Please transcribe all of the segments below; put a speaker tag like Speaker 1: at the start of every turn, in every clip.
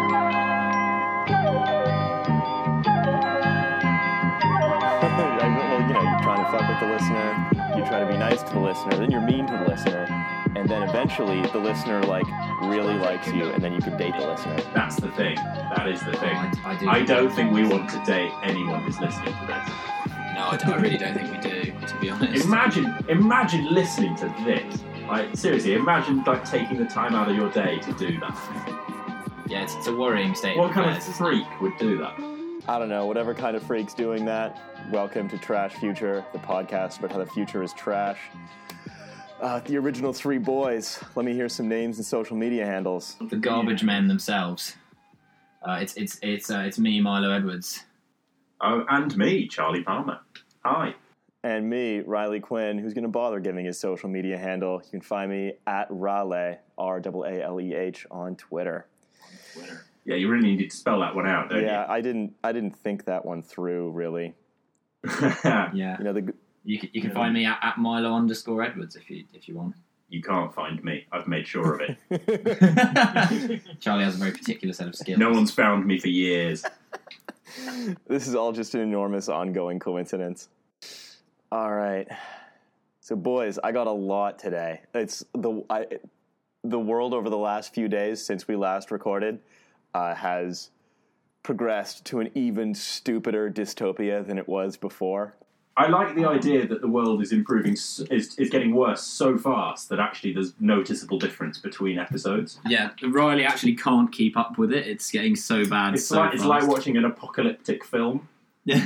Speaker 1: well, you know, you're trying to fuck with the listener, you try to be nice to the listener, then you're mean to the listener, and then eventually the listener like really likes you, and then you can date the listener.
Speaker 2: That's the thing. That is the thing.
Speaker 3: I, I do.
Speaker 2: I don't think we want to date anyone who's listening to
Speaker 3: No, I, don't- I really don't think we do. To be honest.
Speaker 2: this. Imagine, imagine listening to this. Like seriously, imagine like taking the time out of your day to do that.
Speaker 3: yeah, it's, it's a worrying state.
Speaker 2: What kind of
Speaker 3: affairs, isn't it?
Speaker 2: freak would do that?
Speaker 1: I don't know, whatever kind of freak's doing that. Welcome to Trash Future, the podcast about how the future is trash. Uh, the original three boys. Let me hear some names and social media handles.
Speaker 3: The garbage men themselves. Uh, it's it's it's uh, it's me, Milo Edwards.
Speaker 2: Oh, and me, Charlie Palmer. Hi.
Speaker 1: And me, Riley Quinn, who's going to bother giving his social media handle. You can find me at Raleigh, R A A L E H, on Twitter.
Speaker 2: Yeah, you really needed to spell that one out, don't
Speaker 1: Yeah, I didn't, I didn't think that one through really.
Speaker 2: you?
Speaker 3: Yeah,
Speaker 1: You know, the,
Speaker 3: you can, you can find me at, at Milo underscore Edwards if you if you want.
Speaker 2: you can't find me. I've made sure of it.
Speaker 3: Charlie has a very particular set of skills.
Speaker 2: no one's found me for years.
Speaker 1: this is all just an enormous ongoing coincidence. All right. So boys, I got a lot today. It's the I, the world over the last few days since we last recorded uh, has progressed to an even stupider dystopia than it was before.
Speaker 2: I like the idea that the world is improving, s- is, is getting worse so fast that actually there's noticeable difference between episodes.
Speaker 3: Yeah, Riley actually can't keep up with it. It's getting so bad.
Speaker 2: It's,
Speaker 3: so
Speaker 2: like, it's like
Speaker 3: fast.
Speaker 2: watching an apocalyptic film.
Speaker 3: Yeah.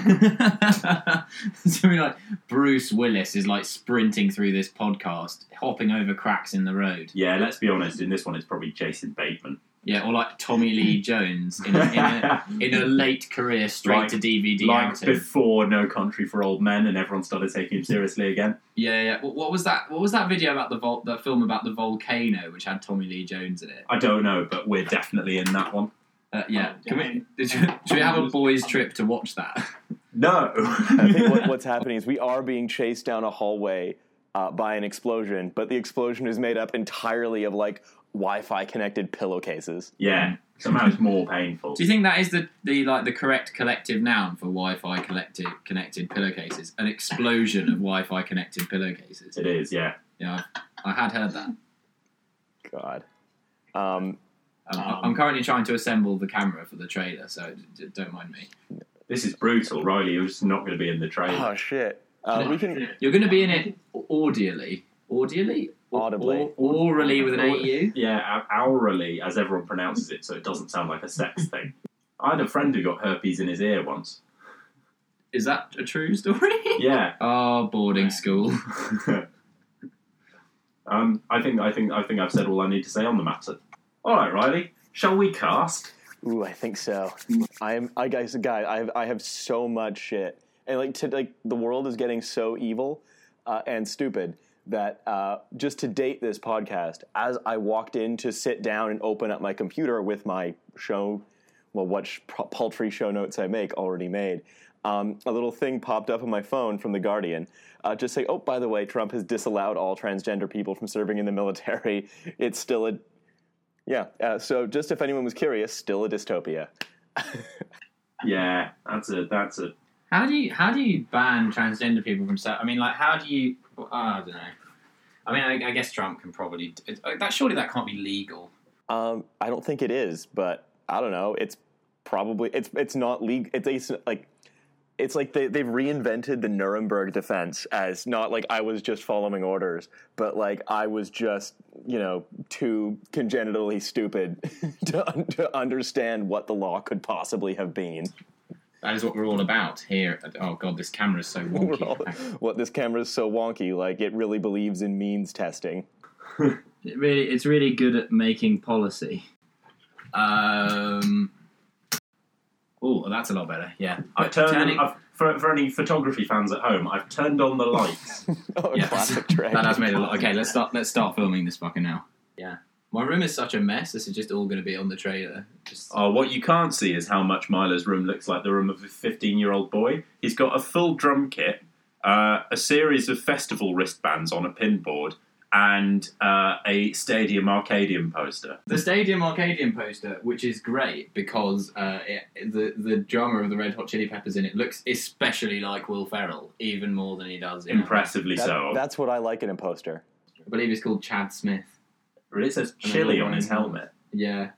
Speaker 3: Something like Bruce Willis is like sprinting through this podcast, hopping over cracks in the road.
Speaker 2: Yeah, let's be honest, in this one it's probably Jason Bateman.
Speaker 3: Yeah, or like Tommy Lee Jones in a, in a, in a late career straight
Speaker 2: Like-
Speaker 3: to DVD
Speaker 2: like
Speaker 3: outing.
Speaker 2: before No Country for Old Men and everyone started taking him seriously again.
Speaker 3: Yeah, yeah. What, what was that? What was that video about the vol- that film about the volcano, which had Tommy Lee Jones in it?
Speaker 2: I don't know, but we're definitely in that one.
Speaker 3: Uh, yeah.
Speaker 4: Oh,
Speaker 3: Can
Speaker 4: yeah.
Speaker 3: we, should, should we have a boys' trip to watch that?
Speaker 2: No!
Speaker 1: I think what, what's happening is we are being chased down a hallway uh, by an explosion, but the explosion is made up entirely of like Wi-Fi connected pillowcases.
Speaker 2: yeah, somehow it's more painful.
Speaker 3: Do you think that is the, the like the correct collective noun for Wi-Fi collected connected pillowcases? An explosion of Wi-Fi connected pillowcases.
Speaker 2: It is, yeah.
Speaker 3: Yeah, I, I had heard that. Um,
Speaker 1: God. Um,
Speaker 3: I- I'm currently trying to assemble the camera for the trailer, so d- d- don't mind me.
Speaker 2: This is brutal. Riley, you're just not going to be in the trailer.
Speaker 1: oh shit. Uh, we can
Speaker 3: You're going to be in it audially, audially, Or-
Speaker 1: Audibly.
Speaker 3: or, orally with an E AU.
Speaker 2: Yeah, ou- hourly, as everyone pronounces it, so it doesn't sound like a sex thing. I had a friend who got herpes in his ear once.
Speaker 3: Is that a true story?
Speaker 2: Yeah.
Speaker 3: Oh, boarding school.
Speaker 2: um, I think I think I think I've said all I need to say on the matter. All right, Riley, shall we cast?
Speaker 1: Ooh, I think so. I'm, I guys, guy, I have, I have so much shit, and like, to, like the world is getting so evil uh, and stupid that uh, just to date this podcast, as I walked in to sit down and open up my computer with my show, well, what sh- pr- paltry show notes I make already made, um, a little thing popped up on my phone from the Guardian, uh, just saying, "Oh, by the way, Trump has disallowed all transgender people from serving in the military. It's still a yeah. Uh, so, just if anyone was curious, still a dystopia.
Speaker 2: Yeah, that's a that's a
Speaker 3: How do you how do you ban transgender people from? ser- I mean, like, how do you? well, I don't know. I mean, I, I guess Trump can probably. It, oh, that surely that can't be legal.
Speaker 1: Um, I don't think it is, but I don't know. It's probably it's it's not legal. It's, it's like it's like they they've reinvented the Nuremberg defense as not like I was just following orders, but like I was just you know too congenitally stupid to un- to understand what the law could possibly have been.
Speaker 3: That is what we're all about here. at- Oh God, this camera is so
Speaker 1: We're
Speaker 3: wonky.
Speaker 1: all- what this camera is so wonky, like it really believes in means testing.
Speaker 3: It really, it's really good at making policy. Um. Oh, that's a lot better. Yeah,
Speaker 2: I've turned,
Speaker 3: Turning-
Speaker 2: I've, for, for any photography fans at home, I've turned on the lights.
Speaker 1: Oh,
Speaker 3: Yeah.
Speaker 1: classic Drake.
Speaker 3: that has made a lot. Okay, let's start. Let's start filming this fucking now. Yeah, my room is such a mess. This is just all going to be on the trailer. Just
Speaker 2: oh, what you can't see is how much Milo's room looks like the room of a 15 year old boy. He's got a full drum kit, uh, a series of festival wristbands on a pin board, and uh, a Stadium Arcadium poster.
Speaker 3: The Stadium Arcadium poster, which is great because uh, it, the the drummer of the Red Hot Chili Peppers in it looks especially like Will Ferrell, even more than he does. In
Speaker 2: Impressively
Speaker 1: That-
Speaker 2: so.
Speaker 1: That's what I like in a poster.
Speaker 3: I believe he's called Chad Smith.
Speaker 2: But it says chili on his helmet.
Speaker 3: Yeah.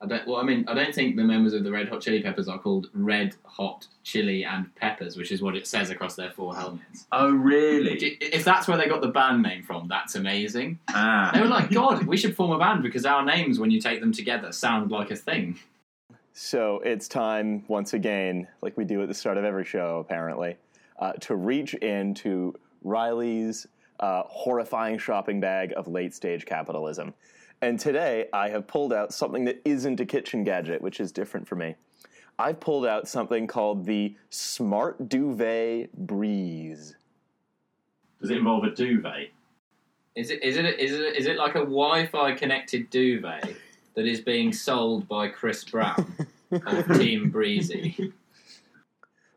Speaker 3: I don't, well, I mean, I don't think the members of the Red Hot Chili Peppers are called Red Hot Chili and Peppers, which is what it says across their four helmets.
Speaker 2: Oh, really?
Speaker 3: Do- If that's where they got the band name from, that's amazing.
Speaker 2: Ah.
Speaker 3: They were like, God, we should form a band because our names, when you take them together, sound like a thing.
Speaker 1: So it's time once again, like we do at the start of every show, apparently, uh, to reach into Riley's uh, horrifying shopping bag of late stage capitalism. And today I have pulled out something that isn't a kitchen gadget, which is different for me. I've pulled out something called the Smart Duvet Breeze.
Speaker 2: Does it involve a duvet?
Speaker 3: Is it? Is it? Is it? Is it like a Wi-Fi connected duvet that is being sold by Chris Brown of Team Breezy?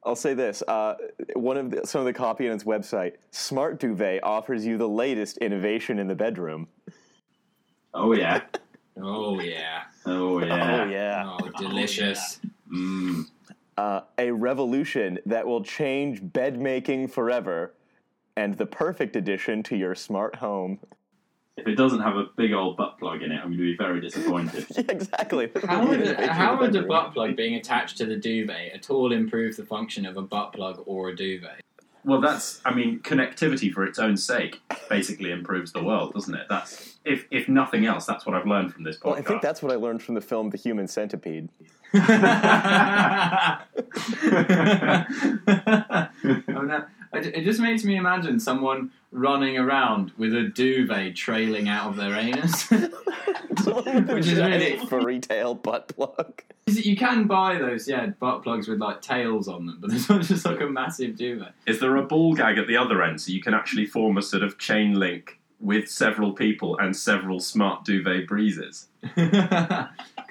Speaker 1: I'll say this: uh, one of the, some of the copy on its website, Smart Duvet offers you the latest innovation in the bedroom.
Speaker 2: Oh, yeah.
Speaker 3: Oh yeah.
Speaker 2: Oh,
Speaker 1: Oh
Speaker 2: yeah.
Speaker 1: yeah.
Speaker 3: Oh, delicious.
Speaker 2: Mm.
Speaker 1: uh, a revolution that will change bed making forever and the perfect addition to your smart home.
Speaker 2: If it doesn't have a big old butt plug in it, I'm going to be very disappointed.
Speaker 1: Yeah, exactly.
Speaker 3: How would,
Speaker 1: Innovation in the
Speaker 3: how would a
Speaker 1: bedroom.
Speaker 3: butt plug being attached to the duvet at all improve the function of a butt plug or a duvet?
Speaker 2: Well, that's I mean, connectivity for its own sake basically improves the world, doesn't it? That's if if nothing else, that's what I've learned from this podcast.
Speaker 1: Well, I think that's what I learned from the film The Human Centipede.
Speaker 3: Oh, no. It it just makes me imagine someone running around with a duvet trailing out of their anus.
Speaker 1: Which
Speaker 3: is really-
Speaker 1: furry tail butt plug.
Speaker 3: Is it- you can buy those, yeah, butt plugs with like tails on them, but there's not just like a massive duvet.
Speaker 2: Is there a ball gag at the other end so you can actually form a sort of chain link with several people and several smart duvet breezes?
Speaker 3: could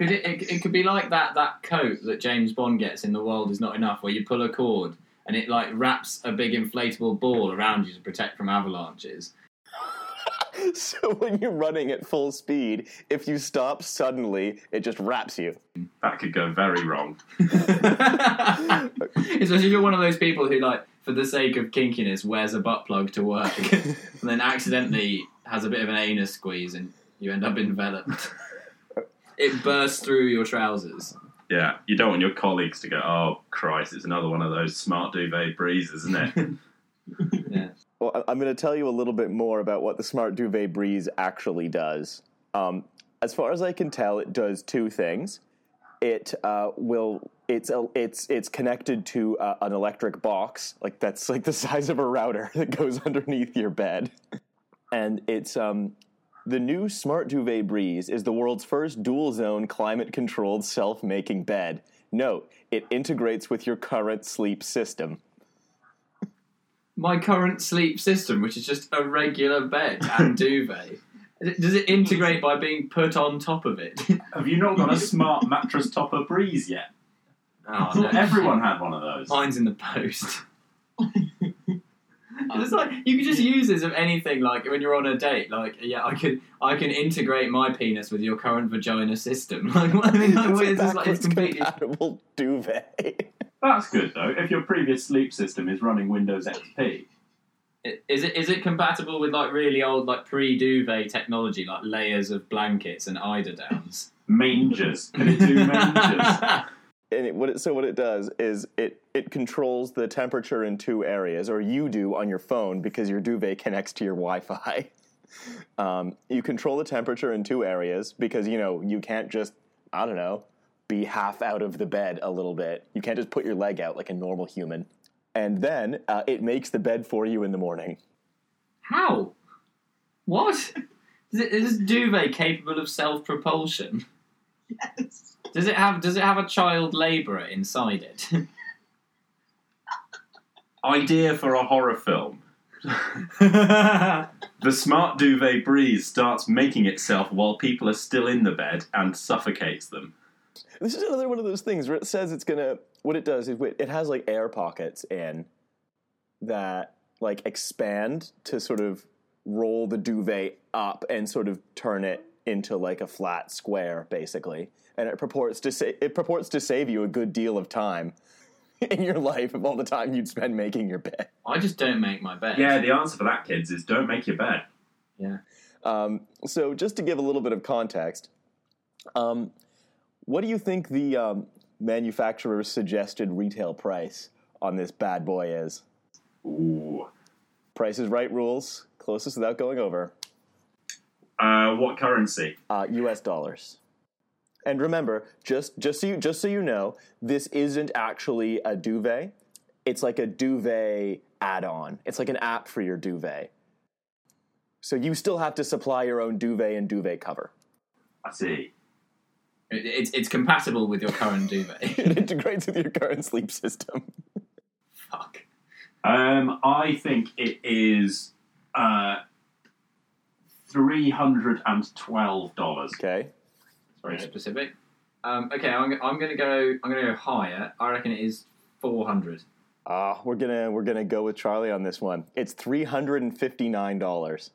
Speaker 3: it, it? It could be like that that coat that James Bond gets in The World Is Not Enough, where you pull a cord and it like wraps a big inflatable ball around you to protect from avalanches.
Speaker 1: So when you're running at full speed, if you stop suddenly, it just wraps you.
Speaker 2: That could go very wrong.
Speaker 3: Especially if you're one of those people who like, for the sake of kinkiness, wears a butt plug to work and then accidentally has a bit of an anus squeeze and you end up enveloped. It bursts through your trousers.
Speaker 2: Yeah, you don't want your colleagues to go, "Oh Christ, it's another one of those smart duvet breezes, isn't it?"
Speaker 1: Well, I- I'm going to tell you a little bit more about what the Smart Duvet Breeze actually does. Um, as far as I can tell, it does two things. It uh, will it's a, it's it's connected to uh, an electric box, like that's like the size of a router that goes underneath your bed, and it's um. The new Smart Duvet Breeze is the world's first dual zone climate controlled self making bed. Note, it integrates with your current sleep system.
Speaker 3: My current sleep system, which is just a regular bed and duvet, does it integrate by being put on top of it?
Speaker 2: Have you not got a smart mattress topper breeze yet? I
Speaker 3: Oh,
Speaker 2: thought everyone had one of those.
Speaker 3: Mine's in the post. it's like you could just use this of anything. Like when you're on a date, like yeah, I can I can integrate my penis with your current vagina system. Like what, I mean, like, what is this? Like it's
Speaker 1: backwards
Speaker 3: completely.
Speaker 1: compatible duvet.
Speaker 2: That's good though. If your previous sleep system is running Windows XP,
Speaker 3: Is it is it compatible with like really old like pre duvet technology, like layers of blankets and eiderdowns?
Speaker 2: mangers. Can it do mangers?
Speaker 1: And it, what it, so what it does is it it controls the temperature in two areas, or you do on your phone because your duvet connects to your Wi-Fi. Um, you control the temperature in two areas because you know you can't just I don't know be half out of the bed a little bit. You can't just put your leg out like a normal human. And then uh, it makes the bed for you in the morning.
Speaker 3: How? What? Is, it, is this duvet capable of self propulsion?
Speaker 5: Yes.
Speaker 3: Does it have Does it have a child labourer inside it?
Speaker 2: Idea for a horror film. The smart duvet breeze starts making itself while people are still in the bed and suffocates them.
Speaker 1: This is another one of those things where it says it's gonna. What it does is it it has like air pockets in that like expand to sort of roll the duvet up and sort of turn it into like a flat square, basically. And it purports to say it purports to save you a good deal of time in your life of all the time you'd spend making your bed.
Speaker 3: I just don't make my bed.
Speaker 2: Yeah, the answer for that, kids, is don't make your bed.
Speaker 1: Um, so, just to give a little bit of context, um, what do you think the um, manufacturer's suggested retail price on this bad boy is?
Speaker 2: Ooh.
Speaker 1: Price is right rules, closest without going over.
Speaker 2: Uh, what currency?
Speaker 1: uh, U.S. dollars. And remember, just just so you just so you know, this isn't actually a duvet. It's like a duvet add-on. It's like an app for your duvet. So you still have to supply your own duvet and duvet cover.
Speaker 2: I see.
Speaker 3: It- it's it's compatible with your current duvet.
Speaker 1: It integrates with your current sleep system.
Speaker 3: Fuck.
Speaker 2: Um, I think it is uh, three hundred and twelve dollars.
Speaker 1: Okay.
Speaker 3: It's very specific. Um, okay, I'm, I'm gonna go. I'm gonna go higher. I reckon it is four hundred.
Speaker 1: Ah, we're gonna we're gonna go with Charlie on this one. It's three hundred and fifty nine dollars.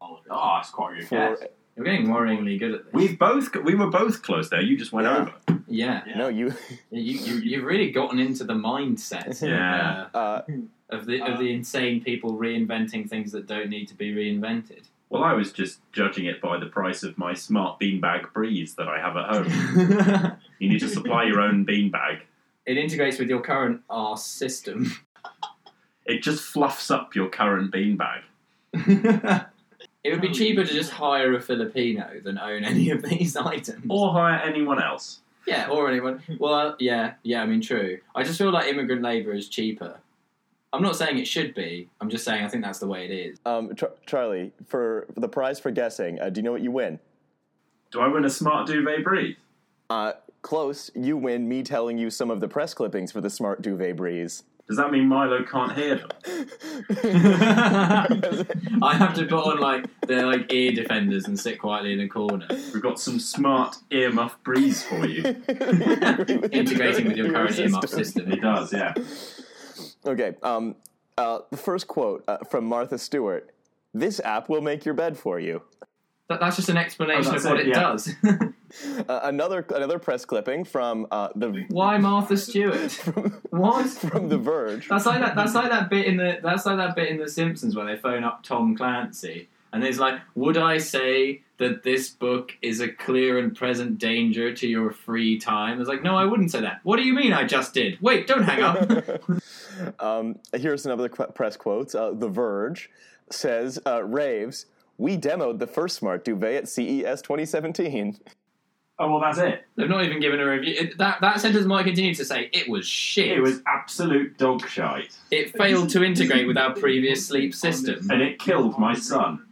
Speaker 2: Oh, that's quite a good
Speaker 1: For
Speaker 2: guess.
Speaker 3: You're getting worryingly good at this.
Speaker 2: We both we were both close there. You just went
Speaker 1: Yeah.
Speaker 2: over.
Speaker 3: yeah.
Speaker 2: Yeah.
Speaker 1: no, you
Speaker 3: You, you you've really gotten into the mindset.
Speaker 2: Yeah.
Speaker 3: uh,
Speaker 1: uh,
Speaker 3: of the of the insane people reinventing things that don't need to be reinvented.
Speaker 2: Well, I was just judging it by the price of my smart beanbag breeze that I have at home. You need to supply your own beanbag.
Speaker 3: it integrates with your current R system.
Speaker 2: It just fluffs up your current beanbag.
Speaker 3: it would be cheaper to just hire a Filipino than own any of these items.
Speaker 2: Or hire anyone else.
Speaker 3: yeah, or anyone. Well, yeah, yeah. I mean, true. I just feel like immigrant labour is cheaper. I'm not saying it should be. I'm just saying I think that's the way it is.
Speaker 1: um, Char- Charlie for, for the prize for guessing. Uh, do you know what you win?
Speaker 2: Do I win a smart duvet breeze?
Speaker 1: Uh, close, you win me telling you some of the press clippings for the smart duvet breeze.
Speaker 2: Does that mean Milo can't hear them?
Speaker 3: I have to put on like their like ear defenders and sit quietly in a corner.
Speaker 2: We've got some smart earmuff breeze for you.
Speaker 3: Integrating with your current earmuff system.
Speaker 2: It does, yeah.
Speaker 1: Okay, um, uh, the first quote uh, from Martha Stewart This app will make your bed for you.
Speaker 3: That, that's just an explanation
Speaker 2: Oh,
Speaker 3: of
Speaker 2: that's
Speaker 3: what
Speaker 2: it,
Speaker 3: it,
Speaker 2: yeah.
Speaker 3: does.
Speaker 1: Uh, another, another press clipping from, uh, the,
Speaker 3: Why Martha Stewart? what?
Speaker 1: from The Verge.
Speaker 3: That's like that. That's like that bit in the. That's like that bit in The Simpsons where they phone up Tom Clancy and it's like, "Would I say that this book is a clear and present danger to your free time?" It's like, "No, I wouldn't say that." What do you mean? I just did. Wait, don't hang up.
Speaker 1: um, here's another qu- press quote. Uh, the Verge says, uh, Raves, we demoed the first smart duvet at E CES 2017.
Speaker 2: Oh, well, that's it.
Speaker 3: They've not even given a review. It- that that sentence might continue to say it was shit.
Speaker 2: It was absolute dog shite.
Speaker 3: It failed to integrate with our previous sleep system.
Speaker 2: And it killed my son.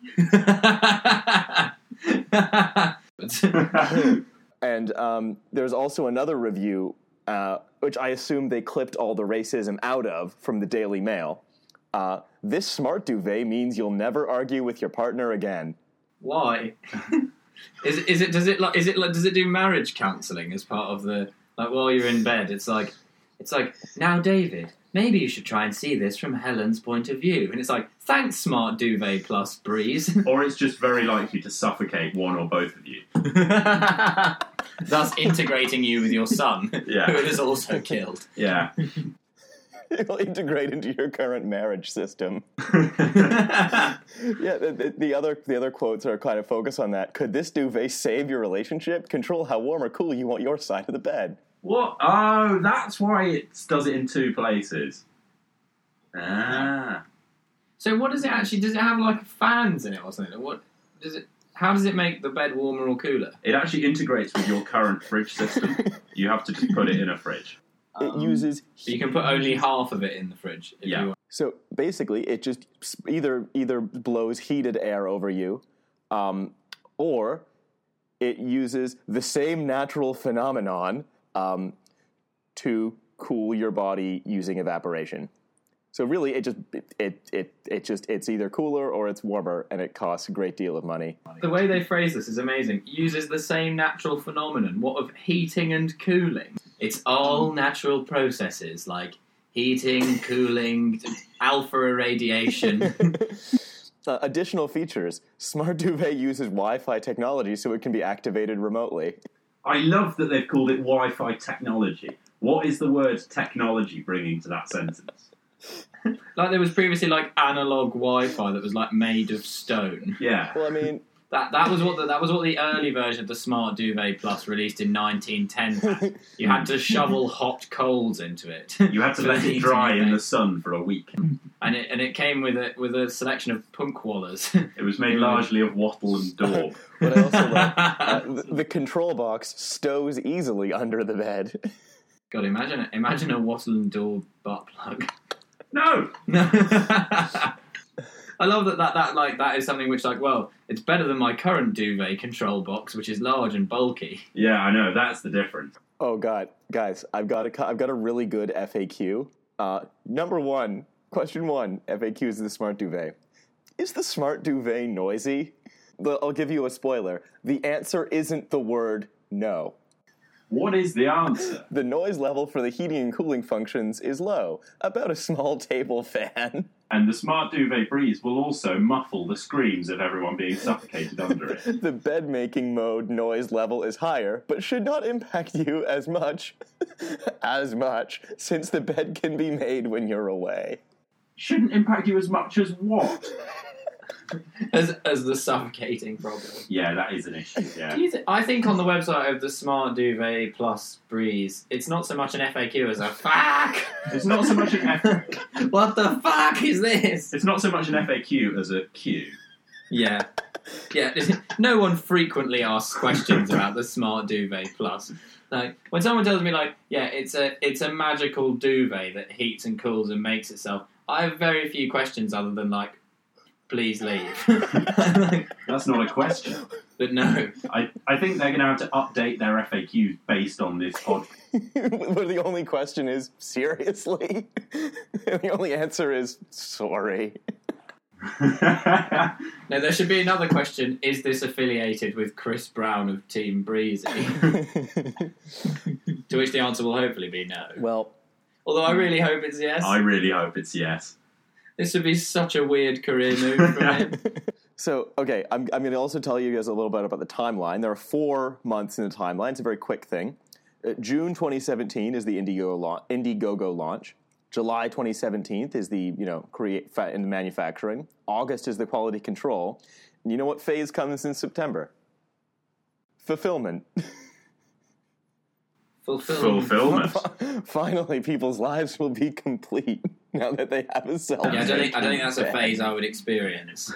Speaker 1: And um, there's also another review, uh, which I assume they clipped all the racism out of from the Daily Mail. Uh, this smart duvet means you'll never argue with your partner again.
Speaker 3: Why? is it, is it does it like is it like does it do marriage counselling as part of the like while you're in bed? It's like it's like now, David. Maybe you should try and see this from Helen's point of view. And it's like, thanks, smart duvet plus breeze.
Speaker 2: or it's just very likely to suffocate one or both of you.
Speaker 3: Thus integrating you with your son,
Speaker 2: Yeah.
Speaker 3: who it has also killed.
Speaker 2: Yeah.
Speaker 1: It'll integrate into your current marriage system. Yeah, the, the, the other the other quotes are kind of focus on that. Could this duvet save your relationship? Control how warm or cool you want your side of the bed.
Speaker 2: What? Oh, that's why it does it in two places. Ah.
Speaker 3: so what does it actually? Does it have like fans in it or something? What does it? How does it make the bed warmer or cooler?
Speaker 2: It actually integrates with your current fridge system. You have to just put it in a fridge.
Speaker 1: it uses
Speaker 3: So you can put only half of it in the fridge. If
Speaker 2: Yeah.
Speaker 3: You want.
Speaker 1: So basically, it just s- either either blows heated air over you, um, or it uses the same natural phenomenon um, to cool your body using evaporation. So really, it just it, it it it just it's either cooler or it's warmer, and it costs a great deal of money.
Speaker 3: The way they phrase this is amazing. Uses the same natural phenomenon, what of heating and cooling. It's all natural processes like heating, cooling, alpha irradiation.
Speaker 1: Uh, additional features: Smart Duvet uses Wi-Fi technology, so it can be activated remotely.
Speaker 2: I love that they've called it Wi-Fi technology. What is the word technology bringing to that sentence?
Speaker 3: Like there was previously like analog Wi-Fi that was like made of stone.
Speaker 2: Yeah,
Speaker 1: Well, I mean,
Speaker 3: That that was what the, that was what the early version of the Smart Duvet Plus released in 1910 had. You had to shovel hot coals into it,
Speaker 2: you had to
Speaker 3: For
Speaker 2: let
Speaker 3: the
Speaker 2: it dry
Speaker 3: heating,
Speaker 2: in the
Speaker 3: mate.
Speaker 2: sun for a week.
Speaker 3: and it and it came with a with a selection of punk wallers.
Speaker 2: It was made largely of wattle and daub.
Speaker 1: what I also love. Uh, the, the control box stows easily under the bed.
Speaker 3: God, imagine it. Imagine a wattle and door butt plug.
Speaker 2: no,
Speaker 3: No. I love that, that that like that is something which like well it's better than my current duvet control box which is large and bulky.
Speaker 2: yeah, I know that's the difference.
Speaker 1: Oh God, guys, I've got a co- I've got a really good FAQ. Uh, number one, question one, FAQ is the smart duvet. Is the smart duvet noisy? Well, I'll give you a spoiler. The answer isn't the word no.
Speaker 2: What is the answer?
Speaker 1: The noise level for the heating and cooling functions is low, about a small table fan.
Speaker 2: And the smart duvet breeze will also muffle the screams of everyone being suffocated under it.
Speaker 1: The bed making mode noise level is higher, but should not impact you as much, as much, since the bed can be made when you're away.
Speaker 2: Shouldn't impact you as much as what?
Speaker 3: as as the suffocating problem.
Speaker 2: Yeah, that is an issue. Yeah.
Speaker 3: Do you thi- I think on the website of the Smart Duvet Plus Breeze, it's not so much an FAQ as a fuck.
Speaker 2: It's not so much an F-
Speaker 3: what the fuck is this?
Speaker 2: it's not so much an FAQ as a Q.
Speaker 3: Yeah. Yeah, no one frequently asks questions about the Smart Duvet Plus. Like when someone tells me, like, yeah, it's a it's a magical duvet that heats and cools and makes itself. I have very few questions other than like, please leave. but
Speaker 2: That's not a question.
Speaker 3: no,
Speaker 2: I, I think they're going to have to update their FAQs based on this pod.
Speaker 1: Where the only question is, seriously? and the only answer is, sorry.
Speaker 3: No, there should be another question. Is this affiliated with Chris Brown of Team Breezy? to which the answer will hopefully be no.
Speaker 1: well,
Speaker 3: Although I really hope it's yes.
Speaker 2: I really hope it's yes.
Speaker 3: This would be such a weird career move for him.
Speaker 1: so, okay, I'm, I'm going to also tell you guys a little bit about the timeline. There are four months in the timeline, it's a very quick thing. Uh, June 2017 is the Indiegogo, la- Indiegogo launch. July 2017 is the, you know, create fa- and manufacturing. August is the quality control. And you know what phase comes in September? Fulfillment.
Speaker 3: Fulfill.
Speaker 2: Fulfillment.
Speaker 1: Finally, people's lives will be complete now that they have a cell.
Speaker 3: Yeah, I don't, think, I don't think
Speaker 1: phone.
Speaker 3: that's a phase I would experience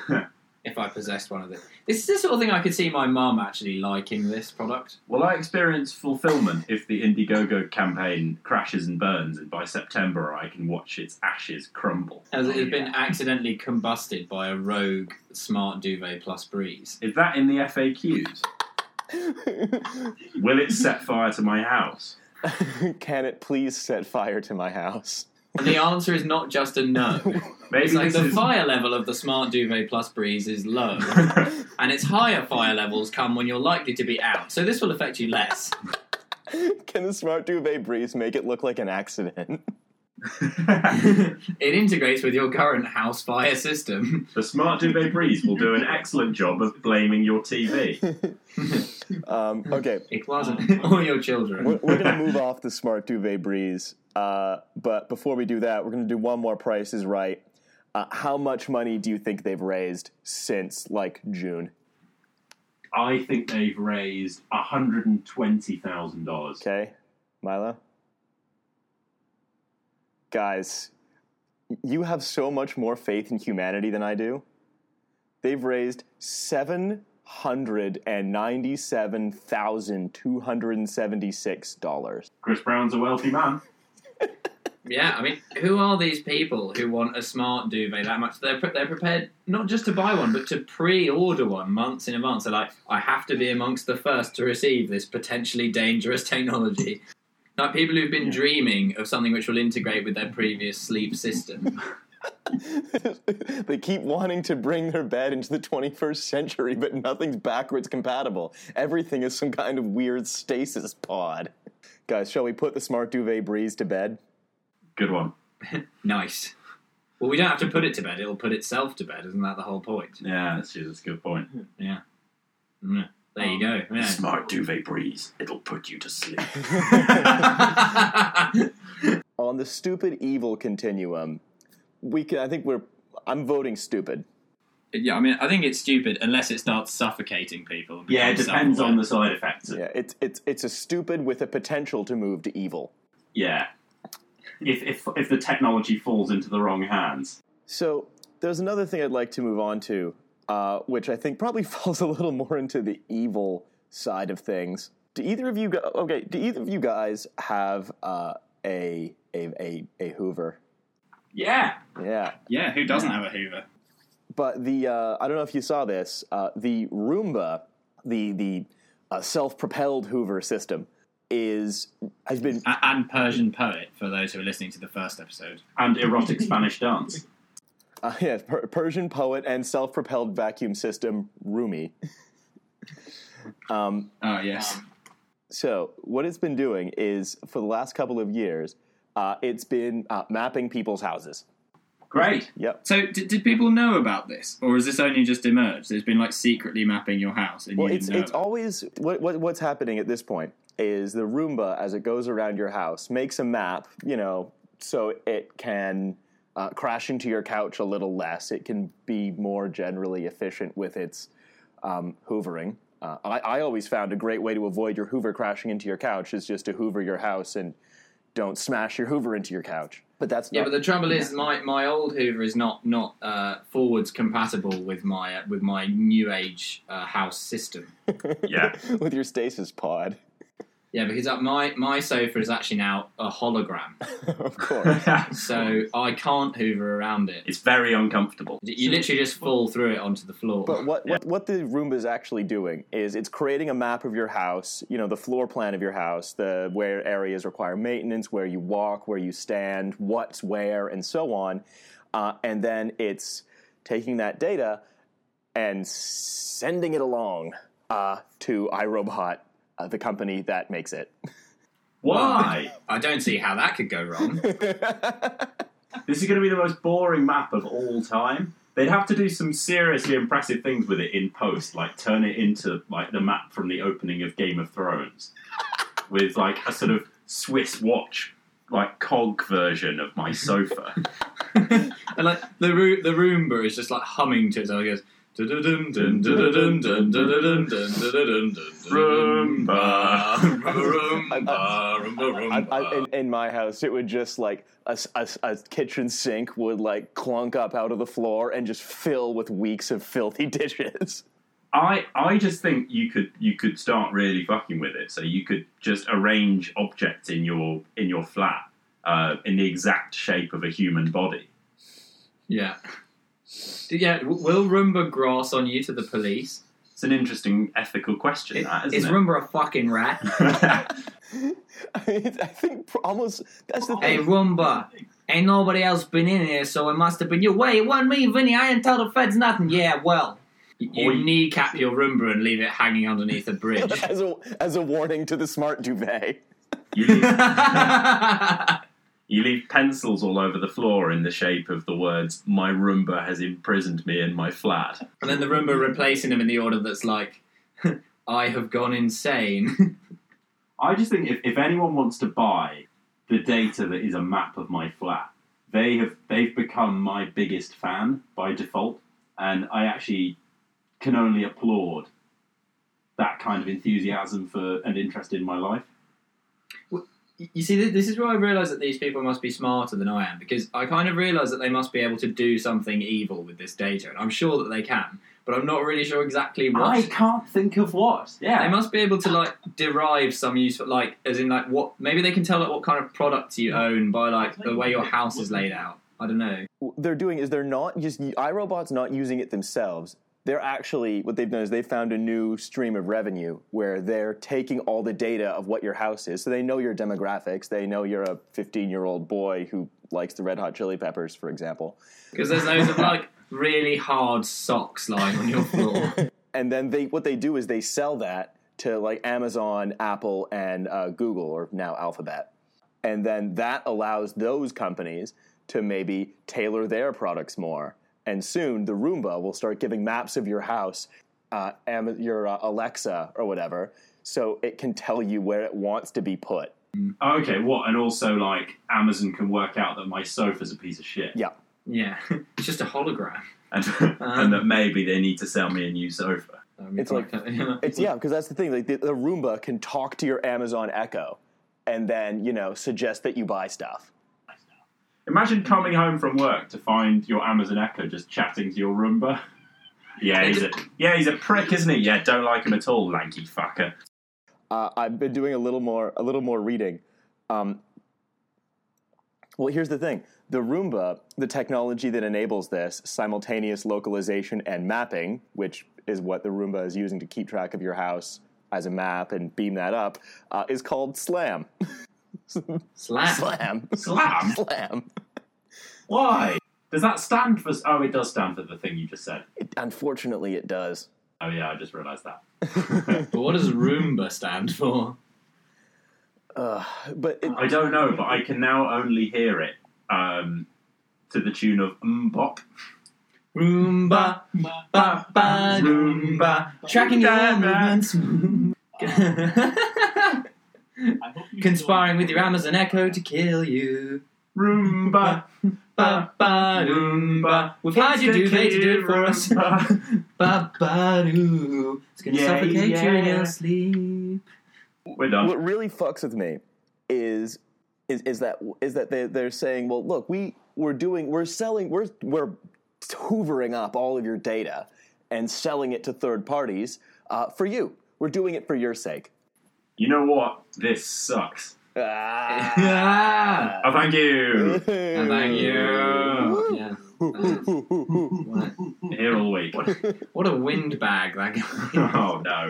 Speaker 3: if I possessed one of these. This is the sort of thing I could see my mum actually liking this product.
Speaker 2: Well, I experience fulfillment if the Indiegogo campaign crashes and burns, and by September I can watch its ashes crumble.
Speaker 3: As it has been accidentally combusted by a rogue smart duvet plus breeze.
Speaker 2: Is that in the FAQs? Will it set fire to my house?
Speaker 1: Can it please set fire to my house?
Speaker 3: And the answer is not just a no.
Speaker 2: Maybe
Speaker 3: It's like
Speaker 2: this
Speaker 3: the
Speaker 2: is.
Speaker 3: fire level of the Smart Duvet Plus Breeze is low, and its higher fire levels come when you're likely to be out, so this will affect you less.
Speaker 1: Can the smart duvet breeze make it look like an accident?
Speaker 3: it integrates with your current house fire system.
Speaker 2: the smart duvet breeze will do an excellent job of blaming your TV.
Speaker 1: Um, okay,
Speaker 3: It wasn't. or your
Speaker 1: we're,
Speaker 3: children.
Speaker 1: we're going to move off the smart duvet breeze. Uh, but before we do that, we're going to do one more price is right. Uh, how much money do you think they've raised since like June?
Speaker 2: I think they've raised hundred and twenty thousand dollars.
Speaker 1: Okay, Milo. Guys, you have so much more faith in humanity than I do. They've raised seven hundred and ninety-seven thousand two hundred and seventy-six dollars.
Speaker 2: Chris Brown's a wealthy man.
Speaker 3: Yeah, I mean, who are these people who want a smart duvet that much? They're, pre- they're prepared not just to buy one, but to pre order one months in advance. They're like, I have to be amongst the first to receive this potentially dangerous technology. Like people who've been dreaming of something which will integrate with their previous sleep system.
Speaker 1: they keep wanting to bring their bed into the 21st century, but nothing's backwards compatible. Everything is some kind of weird stasis pod. Guys, shall we put the smart duvet breeze to bed?
Speaker 2: Good one.
Speaker 3: nice.
Speaker 6: Well, we don't have to put it to bed. It'll put itself to bed. Isn't that the whole point?
Speaker 2: Yeah, that's true. That's a good point.
Speaker 3: Mm-hmm.
Speaker 6: Mm. There you go. Yeah.
Speaker 2: Smart duvet breeze. It'll put you to sleep.
Speaker 1: On the stupid evil continuum, we can. I think we're. I'm voting stupid.
Speaker 6: yeah, I mean, I think it's stupid unless it starts suffocating people. and
Speaker 2: yeah, it
Speaker 6: becomes
Speaker 2: depends on
Speaker 6: self-aware.
Speaker 2: the side effects.
Speaker 1: Yeah, it's it's it's a stupid with a potential to move to evil.
Speaker 2: Yeah. If, if, if the technology falls into the wrong hands.
Speaker 1: So there's another thing I'd like to move on to, uh, which I think probably falls a little more into the evil side of things. Do either of you go- okay? Do either of you guys have uh, a, a a a Hoover?
Speaker 2: Yeah.
Speaker 1: Yeah,
Speaker 3: Yeah, who doesn't have a Hoover?
Speaker 1: but the uh, I don't know if you saw this. Uh, the Roomba, the the uh, self-propelled Hoover system, is has been
Speaker 6: A- and Persian poet for those who are listening to the first episode.
Speaker 2: And erotic Spanish dance.
Speaker 1: uh, yeah, per- Persian poet and self-propelled vacuum system Rumi. um,
Speaker 3: Oh yes.
Speaker 1: So what it's been doing is, for the last couple of years, uh, it's been uh, mapping people's houses.
Speaker 2: Great.
Speaker 1: Yep.
Speaker 3: so did, did people know about this, or is this only just emerged? It's been like secretly mapping your house, and
Speaker 1: Well,
Speaker 3: you
Speaker 1: it's
Speaker 3: didn't know.
Speaker 1: it's
Speaker 3: about
Speaker 1: always what, what what's happening at this point is the Roomba, as it goes around your house, makes a map. You know, so it can. Uh, crash into your couch a little less. It can be more generally efficient with its um, hoovering. Uh, I, I always found a great way to avoid your Hoover crashing into your couch is just to Hoover your house and don't smash your Hoover into your couch. But that's
Speaker 6: Yeah,
Speaker 1: not
Speaker 6: but the trouble is, my, my old Hoover is not not uh, forwards compatible with my uh, with my new age uh, house system.
Speaker 2: Yeah.
Speaker 1: with your stasis pod.
Speaker 6: Yeah, because uh, my my sofa is actually now a hologram,
Speaker 1: of course.
Speaker 6: so I can't Hoover around it.
Speaker 2: it's very uncomfortable.
Speaker 6: You- You literally just fall through it onto the floor.
Speaker 1: But what, what what the Roomba is actually doing is it's creating a map of your house, you know, the floor plan of your house, the where areas require maintenance, where you walk, where you stand, what's where, and so on. Uh, and then it's taking that data and sending it along uh, to iRobot, uh, the company that makes it.
Speaker 2: Why?
Speaker 6: I don't see how that could go wrong.
Speaker 2: This is going to be the most boring map of all time. They'd have to do some seriously impressive things with it in post, like turn it into like the map from the opening of Game of Thrones, with like a sort of Swiss watch, like cog version of my sofa.
Speaker 6: And like the roo- the Roomba is just like humming to itself. It goes. "Dun-dun-dun, dun-dun-dun, dun-dun-dun, dun-dun-dun, dun-dun-dun,
Speaker 2: Roomba.
Speaker 6: Roomba,
Speaker 1: I,
Speaker 6: Roomba,
Speaker 1: I,
Speaker 6: Roomba."
Speaker 1: in, in my house, it would just like a, s- a s- a kitchen sink would like clunk up out of the floor and just fill with weeks of filthy dishes.
Speaker 2: I I just think you could you could start really fucking with it. So you could just arrange objects in your in your flat uh, in the exact shape of a human body.
Speaker 6: Yeah. Do- Yeah, w- will Roomba grass on you to the police?
Speaker 2: It's an interesting ethical question,
Speaker 6: Is,
Speaker 2: that, isn't
Speaker 6: is
Speaker 2: it?
Speaker 6: Roomba a fucking rat?
Speaker 1: I think pr- almost that's the
Speaker 6: hey,
Speaker 1: thing.
Speaker 6: Roomba, ain't nobody else been in here, so it must have been you. Wait, it wasn't me, Vinny. I didn't tell the feds nothing. Yeah, well. You
Speaker 2: Oi.
Speaker 6: kneecap your Roomba and leave it hanging underneath a bridge.
Speaker 1: As a as a warning to the smart duvet.
Speaker 2: you, leave,
Speaker 6: yeah,
Speaker 2: you leave pencils all over the floor in the shape of the words "My Roomba has imprisoned me in my flat."
Speaker 6: And then the Roomba replacing him in the order that's like, I have gone insane.
Speaker 2: I just think if, if anyone wants to buy the data that is a map of my flat, they have they've become my biggest fan by default, and I actually can only applaud that kind of enthusiasm for and interest in my life.
Speaker 6: you see, th- this is where I realise that these people must be smarter than I am because I kind of realise that they must be able to do something evil with this data, and I'm sure that they can, but I'm not really sure exactly what.
Speaker 2: I can't think of what.
Speaker 6: They
Speaker 2: Yeah,
Speaker 6: must be able to like derive some useful, like as in like what maybe they can tell like what kind of products you own by like the way your house is laid out. I don't know.
Speaker 1: What They're doing is they're not just iRobot's not using it themselves. They're actually what they've done is they found a new stream of revenue where they're taking all the data of what your house is, so they know your demographics. They know you're a 15 year old boy who likes the Red Hot Chili Peppers, for example.
Speaker 6: Because there's loads of like really hard socks lying on your floor.
Speaker 1: and then they what they do is they sell that to like Amazon, Apple, and uh, Google, or now Alphabet, and then that allows those companies to maybe tailor their products more. And soon the Roomba will start giving maps of your house, uh, Am- your uh, Alexa or whatever, so it can tell you where it wants to be put.
Speaker 2: Oh, Okay, what? And also, like, Amazon can work out that my sofa's a piece of shit.
Speaker 1: Yeah.
Speaker 6: Yeah, it's just a hologram.
Speaker 2: And,
Speaker 6: Um.
Speaker 2: and that maybe they need to sell me a new sofa.
Speaker 6: That'd be
Speaker 1: It's like-
Speaker 6: quite- you know.
Speaker 1: It's yeah, because that's the thing. Like the, the Roomba can talk to your Amazon Echo, and then you know suggest that you buy stuff.
Speaker 2: Imagine coming home from work to find your Amazon Echo just chatting to your Roomba. Yeah, he's a yeah, he's a prick, isn't he? Yeah, don't like him at all, lanky fucker.
Speaker 1: Uh, I've been doing a little more a little more reading. Um, well, here's the thing: the Roomba, the technology that enables this simultaneous localization and mapping, which is what the Roomba is using to keep track of your house as a map and beam that up, uh, is called SLAM.
Speaker 6: Slap.
Speaker 1: Slam.
Speaker 2: Slam?
Speaker 1: Slam.
Speaker 2: Why? Does that stand for? Oh, it does stand for the thing you just said.
Speaker 1: It, unfortunately, it does.
Speaker 2: Oh yeah, I just realised that.
Speaker 6: But what does Roomba stand for?
Speaker 1: Ugh, but it,
Speaker 2: I don't know, but I can now only hear it um, to the tune of mbop.
Speaker 6: Roomba, ba ba Roomba, tracking your movements. Conspiring with your Amazon Echo to kill you.
Speaker 2: Roomba,
Speaker 6: Ba ba Roomba, we've hired your duvet to do it for us. Ba ba doo, it's gonna
Speaker 2: Yeah,
Speaker 6: suffocate you in
Speaker 2: yeah.
Speaker 6: your sleep.
Speaker 2: We're done.
Speaker 1: what really fucks with me is is is that is that they they're saying, well, look, we we're doing we're selling we're we're hoovering up all of your data and selling it to third parties uh, for you. We're doing it for your sake.
Speaker 2: You know what? This sucks.
Speaker 1: Ah.
Speaker 6: Ah,
Speaker 2: Oh, thank you.
Speaker 6: thank you. Yeah. What a,
Speaker 2: Here all week.
Speaker 6: what a windbag that guy.
Speaker 2: Oh no.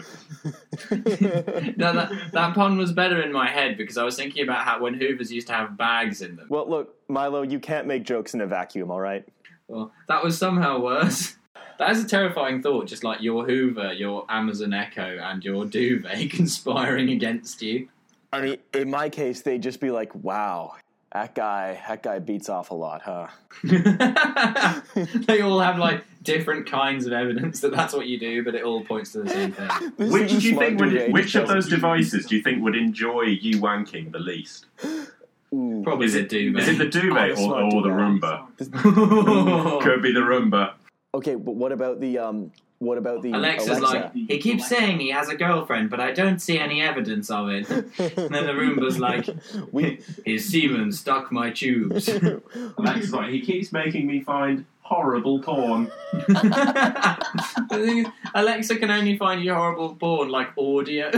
Speaker 6: no, that, that pun was better in my head because I was thinking about how when Hoovers used to have bags in them.
Speaker 1: well, look, Milo, you can't make jokes in a vacuum, all right?
Speaker 6: Well, that was somehow worse. That is a terrifying thought, just like your Hoover, your Amazon Echo, and your duvet conspiring against you.
Speaker 1: I mean, in my case, they'd just be like, "Wow, that guy, that guy beats off a lot, huh?"
Speaker 6: they all have like different kinds of evidence that that's what you do, but it all points to the same thing.
Speaker 1: This
Speaker 2: Which do
Speaker 1: is
Speaker 2: you
Speaker 1: smart
Speaker 2: think would?
Speaker 1: duvet
Speaker 2: Which of
Speaker 1: just
Speaker 2: those devices do you think would enjoy you wanking the least?
Speaker 1: doesn't-
Speaker 6: Probably
Speaker 2: Is
Speaker 6: the
Speaker 2: it
Speaker 6: duvet.
Speaker 2: Is it the
Speaker 1: Oh,
Speaker 2: duvet or,
Speaker 1: smart
Speaker 2: or the
Speaker 1: duvet.
Speaker 2: Roomba?
Speaker 6: the
Speaker 2: Could be the Roomba.
Speaker 1: Okay, but what about the um? What about the
Speaker 6: Alexa's like,
Speaker 1: Alexa?
Speaker 6: he keeps saying he has a girlfriend, but I don't see any evidence of it. And then the Roomba's like,
Speaker 1: we
Speaker 6: his semen stuck my tubes.
Speaker 2: Alexa's like, he keeps making me find horrible porn.
Speaker 6: the thing is, Alexa can only find you horrible porn like audio.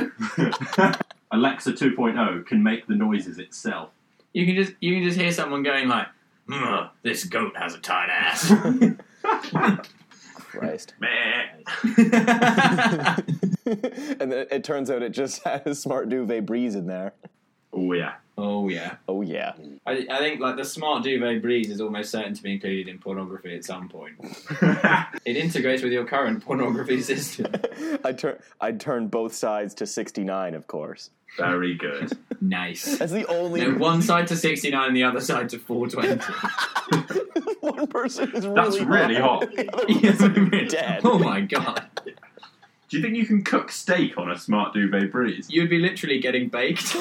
Speaker 2: Alexa 2.0 can make the noises itself.
Speaker 6: You can just you can just hear someone going like, "Mm, "This goat has a tight ass."
Speaker 1: Christ,
Speaker 2: Meh.
Speaker 1: and then it turns out it just had a smart duvet breeze in there.
Speaker 2: Oh yeah.
Speaker 6: oh yeah,
Speaker 1: Oh yeah,
Speaker 6: I, I think like the smart duvet breeze is almost certain to be included in pornography at some point. It integrates with your current pornography system.
Speaker 1: I turn I turn both sides to sixty nine. Of course,
Speaker 2: Very good.
Speaker 6: Nice.
Speaker 1: that's the only
Speaker 6: No, one side to 69 and the other side to 420.
Speaker 1: one person is really
Speaker 2: That's really hot.
Speaker 1: The other person's dead.
Speaker 6: Oh my god.
Speaker 2: Do you think you can cook steak on a smart duvet breeze?
Speaker 6: You'd be literally getting baked.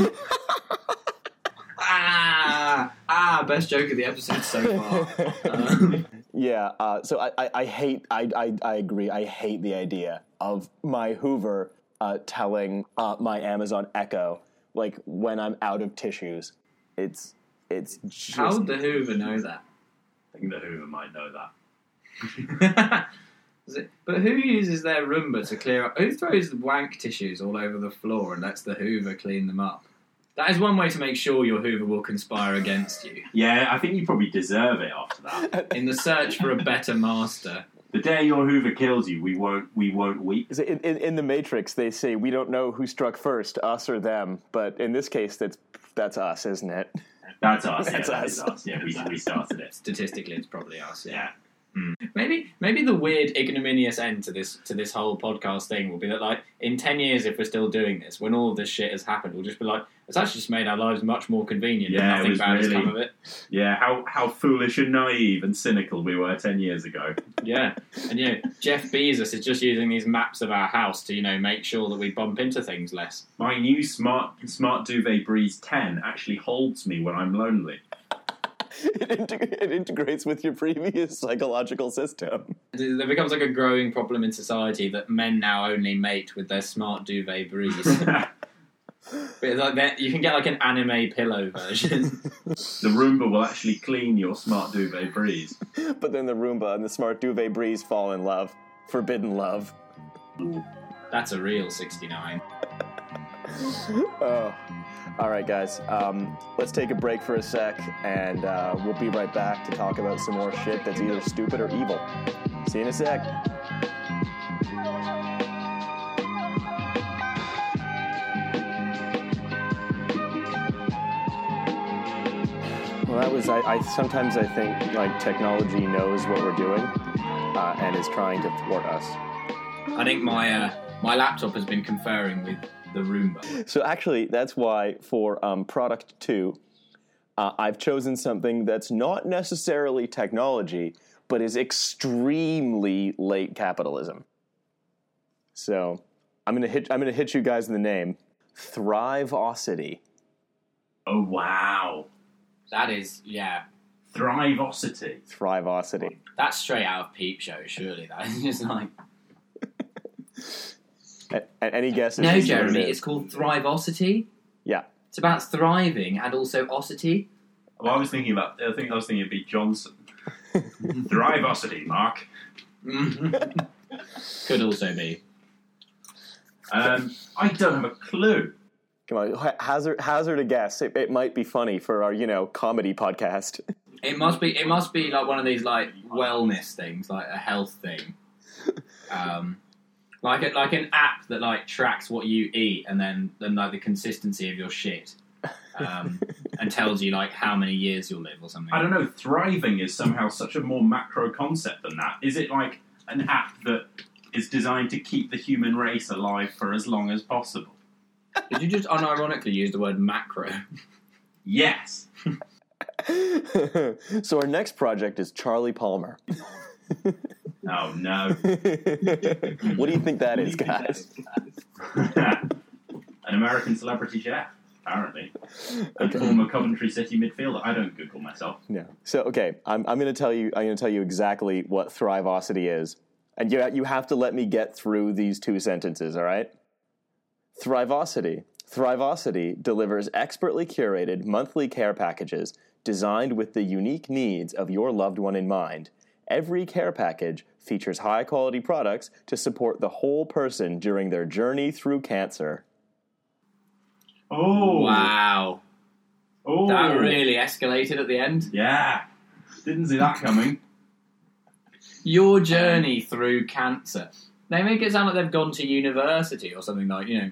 Speaker 6: ah, ah, best joke of the episode so far. Um,
Speaker 1: Yeah, uh, so I, I, I hate, I, I, I agree, I hate the idea of my Hoover uh, telling uh, my Amazon Echo, like, when I'm out of tissues. It's, it's just,
Speaker 6: how would the Hoover know that?
Speaker 2: I think the Hoover might know that.
Speaker 6: Is it- but who uses their Roomba to clear up? Who throws the wank tissues all over the floor and lets the Hoover clean them up? That is one way to make sure your Hoover will conspire against you.
Speaker 2: Yeah, I think you probably deserve it after that.
Speaker 6: In the search for a better master.
Speaker 2: The day your Hoover kills you, we won't we won't weep.
Speaker 1: Is it- in, in, in The Matrix, they say, we don't know who struck first, us or them, but in this case, that's, that's us, isn't it?
Speaker 2: That's us. Yeah,
Speaker 1: That's
Speaker 2: that
Speaker 1: us.
Speaker 2: is us. Yeah, we, we started it.
Speaker 6: Statistically, it's probably us, yeah.
Speaker 2: Yeah.
Speaker 6: Maybe maybe the weird ignominious end to this to this whole podcast thing will be that like in ten years if we're still doing this, when all of this shit has happened, we'll just be like, it's actually just made our lives much more convenient
Speaker 2: Yeah, it
Speaker 6: and nothing
Speaker 2: was
Speaker 6: bad has
Speaker 2: really-
Speaker 6: come of it.
Speaker 2: Yeah, how how foolish and naive and cynical we were ten years ago.
Speaker 6: Yeah. And you know, Jeff Bezos is just using these maps of our house to, you know, make sure that we bump into things less.
Speaker 2: My new smart smart duvet breeze ten actually holds me when I'm lonely.
Speaker 1: it, integ- it integrates with your previous psychological system.
Speaker 6: There becomes like a growing problem in society that men now only mate with their smart duvet breeze. but it's like that, you can get like an anime pillow version.
Speaker 2: The Roomba will actually clean your smart duvet breeze.
Speaker 1: But then the Roomba and the smart duvet breeze fall in love. Forbidden love.
Speaker 6: That's a real 69.
Speaker 1: Oh. All right, guys. Um, let's take a break for a sec, and uh, we'll be right back to talk about some more shit that's either stupid or evil. See you in a sec. Well, that was. I, I sometimes I think like technology knows what we're doing uh, and is trying to thwart us.
Speaker 6: I think my uh, my laptop has been conferring with the Roomba.
Speaker 1: So actually, that's why for um, product two, uh, I've chosen something that's not necessarily technology, but is extremely late capitalism. So I'm gonna hit. I'm gonna hit you guys in the name. Thriveosity.
Speaker 2: Oh wow,
Speaker 6: That is, yeah,
Speaker 2: Thriveosity.
Speaker 1: Thriveosity.
Speaker 6: that's straight out of Peep Show, surely. That is just like.
Speaker 1: A- a- any guesses?
Speaker 6: No,
Speaker 1: as to what it
Speaker 6: Jeremy,
Speaker 1: is?
Speaker 6: it's called Thriveosity.
Speaker 1: Yeah.
Speaker 6: It's about thriving and also osity.
Speaker 2: Well, I was thinking about. I think I was thinking it'd be Johnson. Thriveosity, Mark.
Speaker 6: Could also be.
Speaker 2: Um, I don't have a clue.
Speaker 1: Come on, ha- hazard hazard a guess. It, it might be funny for our you know comedy podcast.
Speaker 6: It must be. It must be like one of these like wellness things, like a health thing. Um, like a, like an app that like tracks what you eat and then then like the consistency of your shit, um, and tells you like how many years you'll live or something.
Speaker 2: I don't know. Thriving is somehow such a more macro concept than that. Is it like an app that is designed to keep the human race alive for as long as possible?
Speaker 6: Did you just unironically use the word macro?
Speaker 2: Yes.
Speaker 1: so our next project is Charlie Palmer.
Speaker 2: Oh no.
Speaker 1: what do you think that is,
Speaker 2: What do you think
Speaker 1: guys?
Speaker 2: An American celebrity chef, apparently. A
Speaker 1: Okay.
Speaker 2: former Coventry City midfielder. I don't Google myself.
Speaker 1: No. So okay, I'm, I'm going to tell you. I'm going to tell you exactly what Thrivosity is, and you you have to let me get through these two sentences. All right. Thrivosity. Thrivosity delivers expertly curated monthly care packages designed with the unique needs of your loved one in mind. Every care package features high quality products to support the whole person during their journey through cancer.
Speaker 2: Oh
Speaker 6: Wow,
Speaker 2: Oh.
Speaker 6: that really escalated at the end.
Speaker 2: Yeah. Didn't see that coming.
Speaker 6: Your journey through cancer. They make it sound like they've gone to university or something like you know.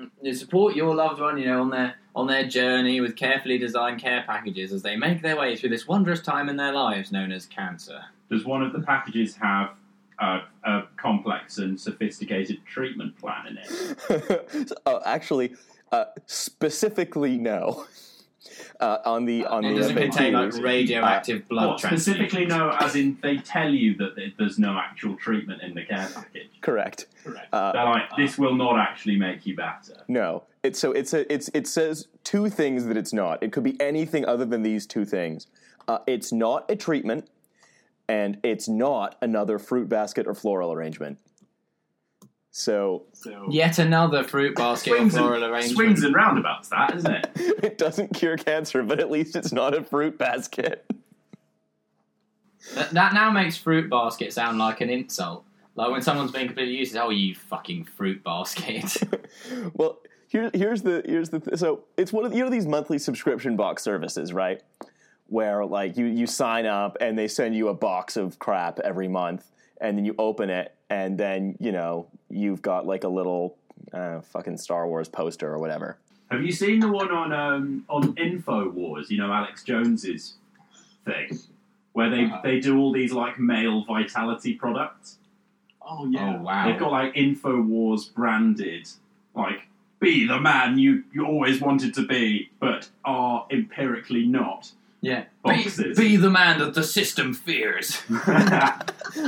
Speaker 6: mm, You support your loved one, you know, on their on their journey with carefully designed care packages as they make their way through this wondrous time in their lives known as cancer.
Speaker 2: Does one of the packages have a, a complex and sophisticated treatment plan in it?
Speaker 1: oh, actually, uh, specifically no. Uh, on the on
Speaker 6: It
Speaker 1: the
Speaker 6: doesn't contain like
Speaker 1: FAQs.
Speaker 6: radioactive blood
Speaker 2: What, specifically, no,
Speaker 6: transfusions.
Speaker 2: as in they tell you that th- there's no actual treatment in the care package.
Speaker 1: Correct.
Speaker 6: Correct.
Speaker 1: Uh,
Speaker 2: They're like, this will not actually make you better.
Speaker 1: No. It, so it's a, it's it says two things that it's not. It could be anything other than these two things. Uh, it's not a treatment, and it's not another fruit basket or floral arrangement. So
Speaker 6: Yet another fruit basket of
Speaker 2: Swings and-
Speaker 6: floral arrangement.
Speaker 2: Swings and roundabouts, that isn't it?
Speaker 1: it doesn't cure cancer, but at least it's not a fruit basket.
Speaker 6: That, that now makes fruit basket sound like an insult. Like when someone's being completely useless, oh, you fucking fruit basket.
Speaker 1: Well, here, here's the here's the th- so it's one of the- you know these monthly subscription box services, right? Where like you you sign up and they send you a box of crap every month, and then you open it, and then you know you've got like a little uh, fucking Star Wars poster or whatever.
Speaker 2: Have you seen the one on um, on Infowars? You know Alex Jones's thing. where they
Speaker 6: Uh-huh.
Speaker 2: they do all these like male vitality products.
Speaker 6: Oh
Speaker 2: yeah.
Speaker 6: Oh wow.
Speaker 2: They've got like Infowars branded, like be the man you you always wanted to be, but are empirically not.
Speaker 6: yeah. Be,
Speaker 2: boxes.
Speaker 6: be the man that the system fears.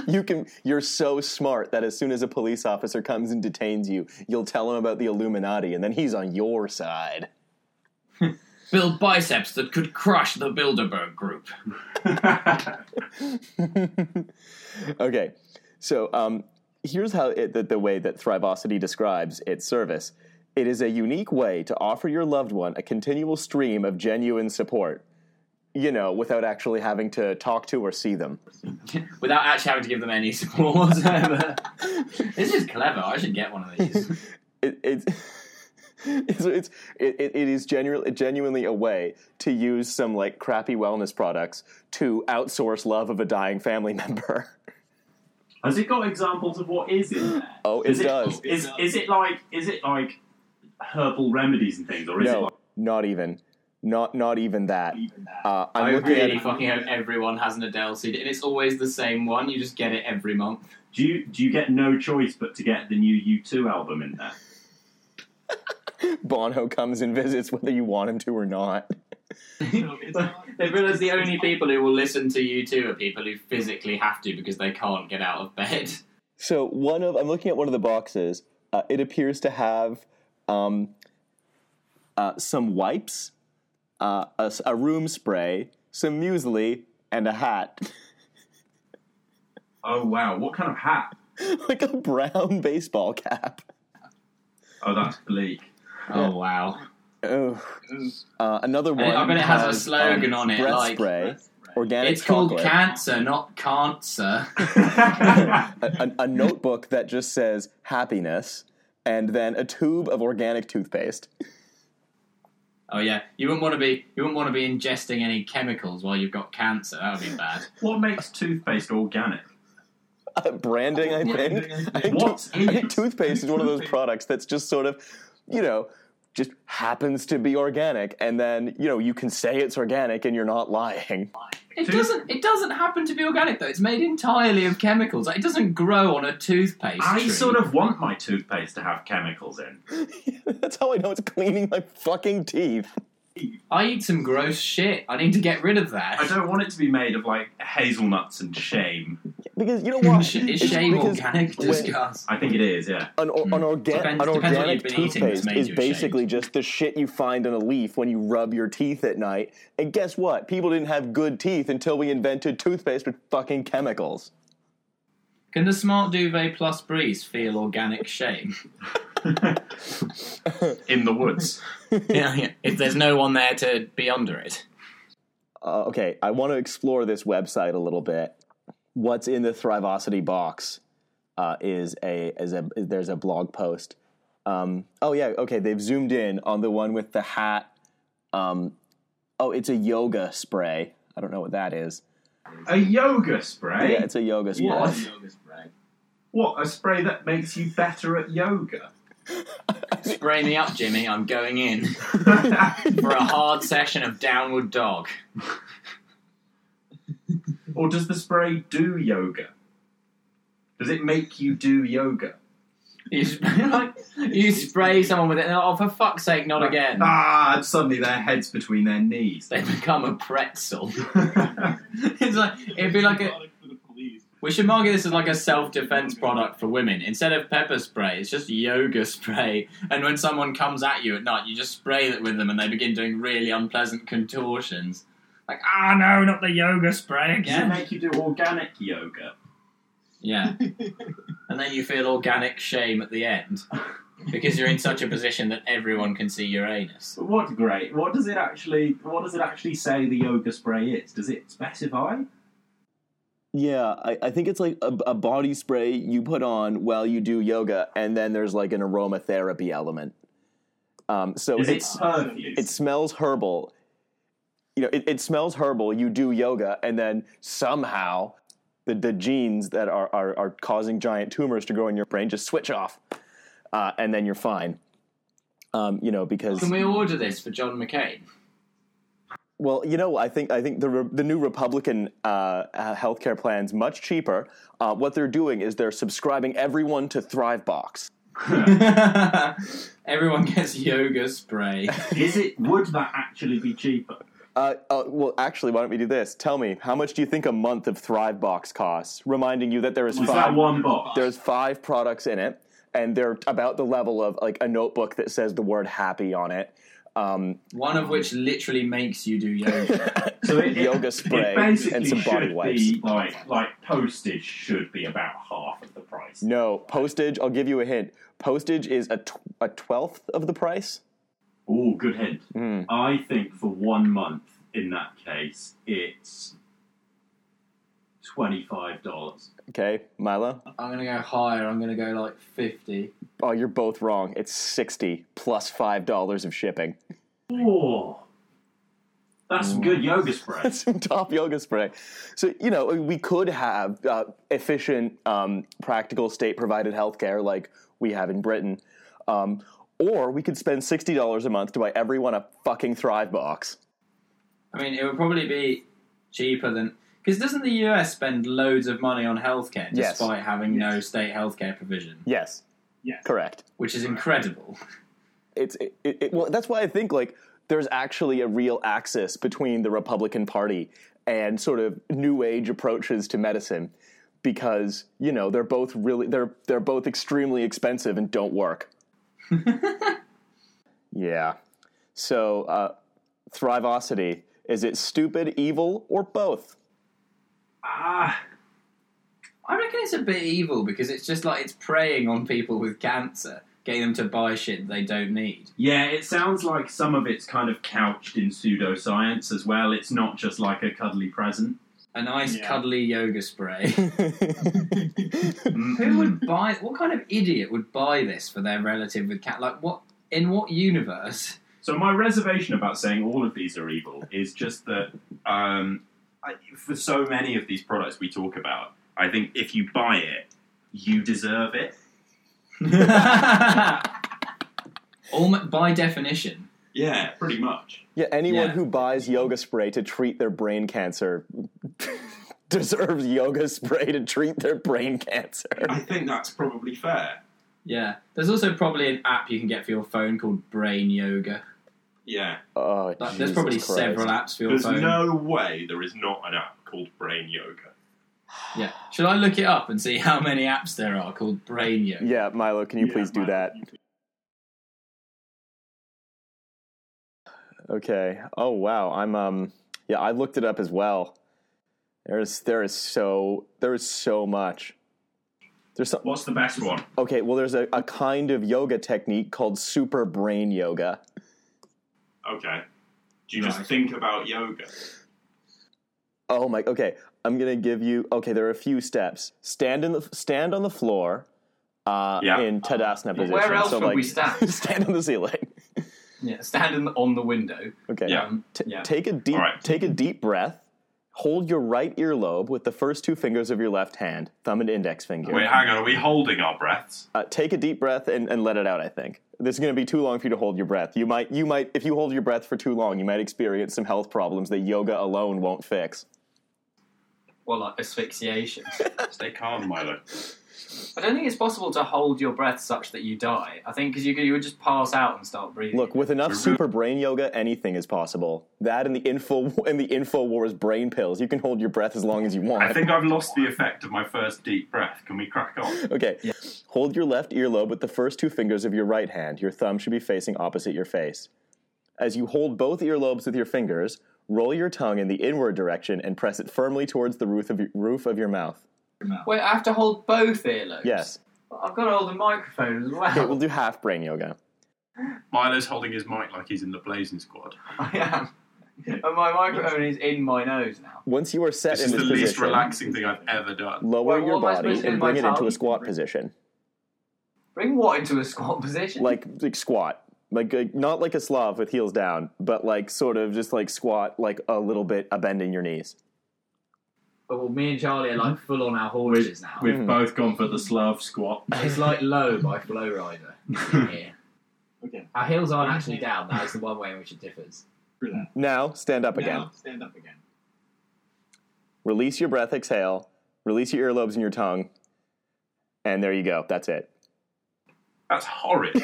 Speaker 1: You can. You're so smart that as soon as a police officer comes and detains you, you'll tell him about the Illuminati, and then he's on your side.
Speaker 6: Build biceps that could crush the Bilderberg group.
Speaker 1: Okay, so um, here's how it, the, the way that Thrivosity describes its service. It is a unique way to offer your loved one a continual stream of genuine support. You know, without actually having to talk to or see them.
Speaker 6: Without actually having to give them any support whatsoever. this is clever. I should get one of these.
Speaker 1: it, it's it's, it's it, it it is genuinely genuinely a way to use some like crappy wellness products to outsource love of a dying family member.
Speaker 2: Has it got examples of what is in there?
Speaker 1: Oh, it
Speaker 2: Is
Speaker 1: does.
Speaker 2: Is is it like is it like herbal remedies and things, or is it
Speaker 1: No,
Speaker 2: like
Speaker 1: not even, not not even that.
Speaker 2: even that?
Speaker 1: Uh,
Speaker 6: I
Speaker 1: I'm looking
Speaker 6: really
Speaker 1: at
Speaker 6: fucking hope everyone has an Adele CD, and it's always the same one. You just get it every month.
Speaker 2: Do you do you get no choice but to get the new U two album in there?
Speaker 1: Bono comes and visits whether you want him to or not.
Speaker 6: they realise the only people who will listen to you two are people who physically have to because they can't get out of bed.
Speaker 1: So one of I'm looking at one of the boxes. Uh, it appears to have um, uh, some wipes, uh, a, s- a room spray, some muesli, and a hat.
Speaker 2: Oh wow, what kind of hat?
Speaker 1: like a brown baseball cap.
Speaker 2: Oh, that's bleak.
Speaker 6: Oh wow!
Speaker 1: Ugh. Uh, another one.
Speaker 6: I bet it has a slogan
Speaker 1: um,
Speaker 6: on it,
Speaker 1: Breath
Speaker 6: like-
Speaker 1: spray, organic
Speaker 6: It's called
Speaker 1: chocolate.
Speaker 6: cancer, not cancer.
Speaker 1: a, a- a notebook that just says happiness, and then a tube of organic toothpaste.
Speaker 6: oh yeah, you wouldn't want to be you wouldn't want to be ingesting any chemicals while you've got cancer. That would be bad.
Speaker 2: what makes toothpaste organic?
Speaker 1: Uh, branding, I think. I think,
Speaker 2: What
Speaker 1: tooth- I think
Speaker 2: is-
Speaker 1: toothpaste is one of those
Speaker 2: toothpaste?
Speaker 1: products that's just sort of, you know, just happens to be organic, and then you know you can say it's organic and you're not lying.
Speaker 6: It
Speaker 2: Tooth-
Speaker 6: doesn't it doesn't happen to be organic though. It's made entirely of chemicals. Like, it doesn't grow on a toothpaste.
Speaker 2: I
Speaker 6: tree.
Speaker 2: sort of want my toothpaste to have chemicals in.
Speaker 1: that's how I know it's cleaning my fucking teeth.
Speaker 6: I eat some gross shit. I need to get rid of that.
Speaker 2: I don't want it to be made of like hazelnuts and shame.
Speaker 1: Because you know what?
Speaker 6: Is
Speaker 1: It's
Speaker 6: shame
Speaker 1: because
Speaker 6: organic
Speaker 1: when-
Speaker 6: disgust?
Speaker 2: I think it is, yeah.
Speaker 1: an, or- an, orga-
Speaker 6: Hmm. Depends-
Speaker 1: an
Speaker 6: depends what
Speaker 1: organic
Speaker 6: you've been eating that's
Speaker 1: toothpaste
Speaker 6: made
Speaker 1: is
Speaker 6: you ashamed.
Speaker 1: basically just the shit you find on a leaf when you rub your teeth at night. And guess what? People didn't have good teeth until we invented toothpaste with fucking chemicals.
Speaker 6: Can the Smart Duvet Plus Breeze feel organic shame?
Speaker 2: In the woods.
Speaker 6: yeah, yeah. If there's no one there to be under it.
Speaker 1: Uh, okay, I want to explore this website a little bit. What's in the Thrivosity box uh, is a is a is- there's a blog post. Um, oh yeah, okay. They've zoomed in on the one with the hat. Um, oh, it's a yoga spray. I don't know what that is.
Speaker 2: a yoga spray?
Speaker 1: Yeah, it's a yoga spray.
Speaker 2: What? What, a spray that makes you better at yoga?
Speaker 6: Spray me up, Jimmy. I'm going in for a hard session of downward dog.
Speaker 2: or does the spray do yoga? Does it make you do yoga?
Speaker 6: You, spray, like, you spray someone with it, and they're like, oh, for fuck's sake, not again.
Speaker 2: Ah, and suddenly their heads between their knees.
Speaker 6: They become a pretzel.
Speaker 2: That's
Speaker 6: it's like it'd be like a. We should market this as like a self-defense product for women. Instead of pepper spray, it's just yoga spray. And when someone comes at you at night, you just spray it with them, and they begin doing really unpleasant contortions. Like, ah, no, not the yoga spray
Speaker 2: Does it
Speaker 6: again.
Speaker 2: make you do organic yoga?
Speaker 6: Yeah. and then you feel organic shame at the end because you're in such a position that everyone can see your anus.
Speaker 2: What great? What does it actually? What does it actually say the yoga spray is? Does it specify?
Speaker 1: Yeah, I, I think it's like a, a body spray you put on while you do yoga, and then there's like an aromatherapy element. Um, so
Speaker 2: Is it
Speaker 1: it's
Speaker 2: perfume?
Speaker 1: it smells herbal. You know, it, it smells herbal. You do yoga, and then somehow the, the genes that are, are are causing giant tumors to grow in your brain just switch off, uh, and then you're fine. Um, you know, because
Speaker 6: Can we order this for John McCain?
Speaker 1: Well, you know, I think I think the re- the new Republican uh, uh, healthcare plan's much cheaper. Uh, what they're doing is they're subscribing everyone to Thrivebox.
Speaker 6: Everyone gets yoga spray.
Speaker 2: Is it? Would that actually be cheaper?
Speaker 1: Uh, uh, well, actually, why don't we do this? Tell me, how much do you think a month of Thrivebox costs? Reminding you that there is
Speaker 2: Was that
Speaker 1: five
Speaker 2: one box?
Speaker 1: there's five products in it, and they're about the level of like a notebook that says the word happy on it. Um,
Speaker 6: One of which literally makes you do yoga.
Speaker 2: So it,
Speaker 1: Yoga
Speaker 2: it,
Speaker 1: spray
Speaker 2: it basically
Speaker 1: and some body
Speaker 2: should
Speaker 1: wipes.
Speaker 2: Be like like postage should be about half of the price.
Speaker 1: no postage. I'll give you a hint. Postage is a, tw- a twelfth of the price.
Speaker 2: Oh, good hint.
Speaker 1: Mm.
Speaker 2: I think for one month in that case, it's twenty five dollars.
Speaker 1: Okay, Milo.
Speaker 6: I'm gonna go higher. I'm gonna go like fifty.
Speaker 1: Oh, you're both wrong. It's sixty plus five dollars of shipping.
Speaker 2: Oh, that's some good yoga spray.
Speaker 1: That's some top yoga spray. So you know we could have uh, efficient, um, practical state-provided healthcare like we have in Britain, um, or we could spend sixty dollars a month to buy everyone a fucking Thrive box.
Speaker 6: I mean, it would probably be cheaper than because doesn't the US spend loads of money on healthcare
Speaker 1: Yes.
Speaker 6: despite having no state healthcare provision,
Speaker 1: Yes.
Speaker 3: Yes.
Speaker 1: Correct.
Speaker 6: which is incredible.
Speaker 1: It's it, it, it- well. That's why I think like there's actually a real axis between the Republican Party and sort of new age approaches to medicine because you know they're both really they're they're both extremely expensive and don't work. yeah. So uh, Thrivosity is it stupid, evil, or both?
Speaker 2: Ah,
Speaker 6: I reckon it's a bit evil because it's just like it's preying on people with cancer, getting them to buy shit they don't need.
Speaker 2: yeah. It sounds like some of it's kind of couched in pseudoscience as well. It's not just like a cuddly present.
Speaker 6: A nice
Speaker 3: Yeah.
Speaker 6: cuddly yoga spray.
Speaker 2: Mm-mm.
Speaker 6: Who would buy? What kind of idiot would buy this for their relative with cat? Like what? In what universe?
Speaker 2: So my reservation about saying all of these are evil is just that um, I, for so many of these products we talk about, I think if you buy it, you deserve it.
Speaker 6: Almo- by definition.
Speaker 2: Yeah, pretty much.
Speaker 1: yeah, anyone
Speaker 6: Yeah.
Speaker 1: who buys yoga spray to treat their brain cancer deserves yoga spray to treat their brain cancer.
Speaker 7: I think that's probably fair.
Speaker 6: Yeah. There's also probably an app you can get for your phone called Brain Yoga.
Speaker 7: Yeah.
Speaker 1: Oh,
Speaker 6: Like,
Speaker 1: Jesus
Speaker 6: there's probably
Speaker 1: Christ.
Speaker 6: several apps for your
Speaker 7: There's
Speaker 6: phone.
Speaker 7: no way there is not an app called Brain Yoga.
Speaker 6: Yeah. Should I look it up and see how many apps there are called Brain Yoga?
Speaker 1: Yeah, Milo, can you
Speaker 7: Yeah,
Speaker 1: please do
Speaker 7: Milo,
Speaker 1: that? Okay. Oh wow, I'm um yeah, I looked it up as well. There is there is so there is so much. There's some,
Speaker 2: What's the best one?
Speaker 1: okay, well there's a, a kind of yoga technique called super brain yoga.
Speaker 7: Okay. Do you
Speaker 6: Right.
Speaker 7: just think about yoga?
Speaker 1: Oh my. Okay, I'm gonna give you. Okay, there are a few steps. Stand in the stand on the floor. Uh,
Speaker 7: Yeah.
Speaker 1: In Tadasana position.
Speaker 6: Where else
Speaker 1: so,
Speaker 6: would
Speaker 1: like,
Speaker 6: we stand?
Speaker 1: stand on the ceiling.
Speaker 6: Yeah. Standing on the window.
Speaker 1: Okay.
Speaker 7: Yeah.
Speaker 6: Um,
Speaker 1: T-
Speaker 6: yeah.
Speaker 1: Take a deep.
Speaker 7: All right.
Speaker 1: Take a deep breath. Hold your right earlobe with the first two fingers of your left hand, thumb and index finger.
Speaker 7: Wait, hang on. Are we holding our breaths?
Speaker 1: Uh, take a deep breath and, and let it out. I think this is going to be too long for you to hold your breath. You might, you might, if you hold your breath for too long, you might experience some health problems that yoga alone won't fix.
Speaker 8: Well, like asphyxiation.
Speaker 7: Stay calm, Milo.
Speaker 8: I don't think it's possible to hold your breath such that you die. I think because you, could- you would just pass out and start breathing.
Speaker 1: Look, with enough
Speaker 7: Mhm.
Speaker 1: super brain yoga, anything is possible. That and the info and the InfoWars brain pills. You can hold your breath as long as you
Speaker 7: I
Speaker 1: want.
Speaker 7: think I've lost the effect of my first deep breath. Can we crack on?
Speaker 1: Okay. Hold your left earlobe with the first two fingers of your right hand. Your thumb should be facing opposite your face. As you hold both earlobes with your fingers, roll your tongue in the inward direction and press it firmly towards the roof of your, roof of your mouth.
Speaker 8: Wait, I have to hold both earlobes.
Speaker 1: Yes.
Speaker 8: I've got to hold the microphone as
Speaker 1: Okay,
Speaker 8: well.
Speaker 1: we'll do half brain yoga.
Speaker 7: Milo's holding his mic like he's in the Blazing Squad.
Speaker 8: I am. And my microphone is in my nose now.
Speaker 1: Once you are set
Speaker 7: This
Speaker 1: in
Speaker 7: is the
Speaker 1: this
Speaker 7: least
Speaker 1: position,
Speaker 7: relaxing thing I've ever done.
Speaker 1: lower
Speaker 8: Wait,
Speaker 1: your
Speaker 8: what am I
Speaker 1: body
Speaker 8: supposed to do
Speaker 1: and
Speaker 8: with my
Speaker 1: bring it into
Speaker 8: tongue?
Speaker 1: a squat position.
Speaker 8: Bring what into a squat position?
Speaker 1: like like squat like, like not like a slav with heels down but like sort of just like squat like a little bit a bend in your knees
Speaker 6: But well, me and Charlie are like full on our horses now.
Speaker 2: We've
Speaker 1: Mhm.
Speaker 2: both gone for the Slav squat.
Speaker 6: It's like low by Flow Rider. Yeah.
Speaker 3: Okay.
Speaker 6: Our heels aren't actually down. That is the one way in which it differs.
Speaker 9: Relax.
Speaker 1: Now stand up again.
Speaker 9: Now stand up again.
Speaker 1: Release your breath, exhale. Release your earlobes and your tongue. And there you go. That's it.
Speaker 7: That's horrid.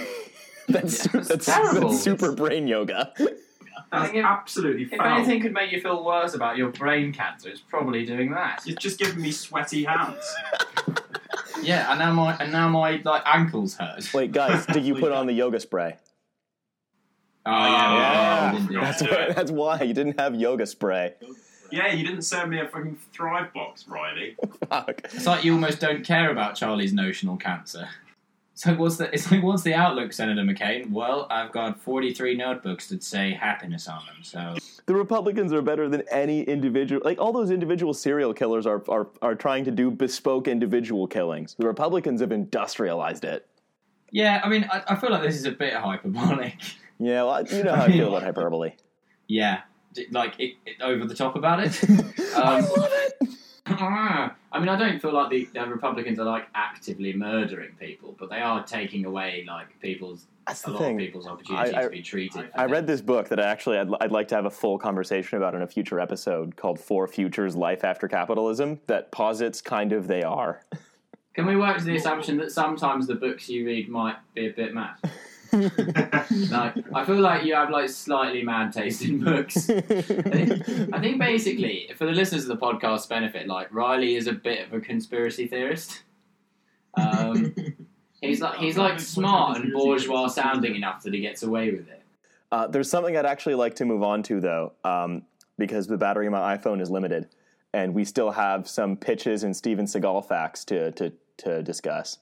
Speaker 1: That's,
Speaker 8: Yeah, that's
Speaker 1: that's,
Speaker 8: terrible.
Speaker 1: that's super brain yoga.
Speaker 8: I
Speaker 7: That's
Speaker 8: think if-
Speaker 7: absolutely
Speaker 8: If
Speaker 7: foul.
Speaker 8: anything could make you feel worse about your brain cancer, it's probably doing that.
Speaker 7: You've just given me sweaty hands.
Speaker 6: Yeah, and now my and now my like ankles hurt.
Speaker 1: Wait, guys, did you put on the yoga spray?
Speaker 6: Oh
Speaker 1: Yeah.
Speaker 6: yeah, we- oh, we didn't do
Speaker 7: Yeah.
Speaker 1: That's
Speaker 6: that.
Speaker 1: why, that's why you didn't have yoga spray.
Speaker 7: yeah, you didn't send me a fucking Thrive box, Riley.
Speaker 1: Fuck.
Speaker 6: It's like you almost don't care about Charlie's notional cancer. So what's the it's like what's the outlook, Senator McCain? Well, I've got forty three notebooks that say happiness on them. So
Speaker 1: The Republicans are better than any individual. Like all those individual serial killers are are are trying to do bespoke individual killings. The Republicans have industrialized it.
Speaker 6: yeah, I mean, I, I feel like this is a bit hyperbolic.
Speaker 1: Yeah, well, you know how I feel about hyperbole.
Speaker 6: Yeah, D- like it, it, over the top about it.
Speaker 1: I
Speaker 6: Um,
Speaker 1: love it.
Speaker 6: Ah. I mean, I don't feel like the, the Republicans are like actively murdering people, but they are taking away like people's
Speaker 1: That's
Speaker 6: a
Speaker 1: the
Speaker 6: lot of
Speaker 1: thing.
Speaker 6: people's opportunity
Speaker 1: I- I-
Speaker 6: to be treated. for
Speaker 1: I
Speaker 6: things.
Speaker 1: read this book that I actually I'd, I'd like to have a full conversation about in a future episode called Four Futures: Life After Capitalism that posits kind of they are.
Speaker 6: Can we work to the assumption that sometimes the books you read might be a bit mad? Like, I feel like you have like slightly mad taste in books. I think basically, for the listeners of the podcast's benefit, like Riley is a bit of a conspiracy theorist. Um, he's like he's like smart and bourgeois sounding enough that he gets away with it.
Speaker 1: Uh, there's something I'd actually like to move on to, though, um, because the battery in my iPhone is limited, and we still have some pitches and Steven Seagal facts to to, to discuss.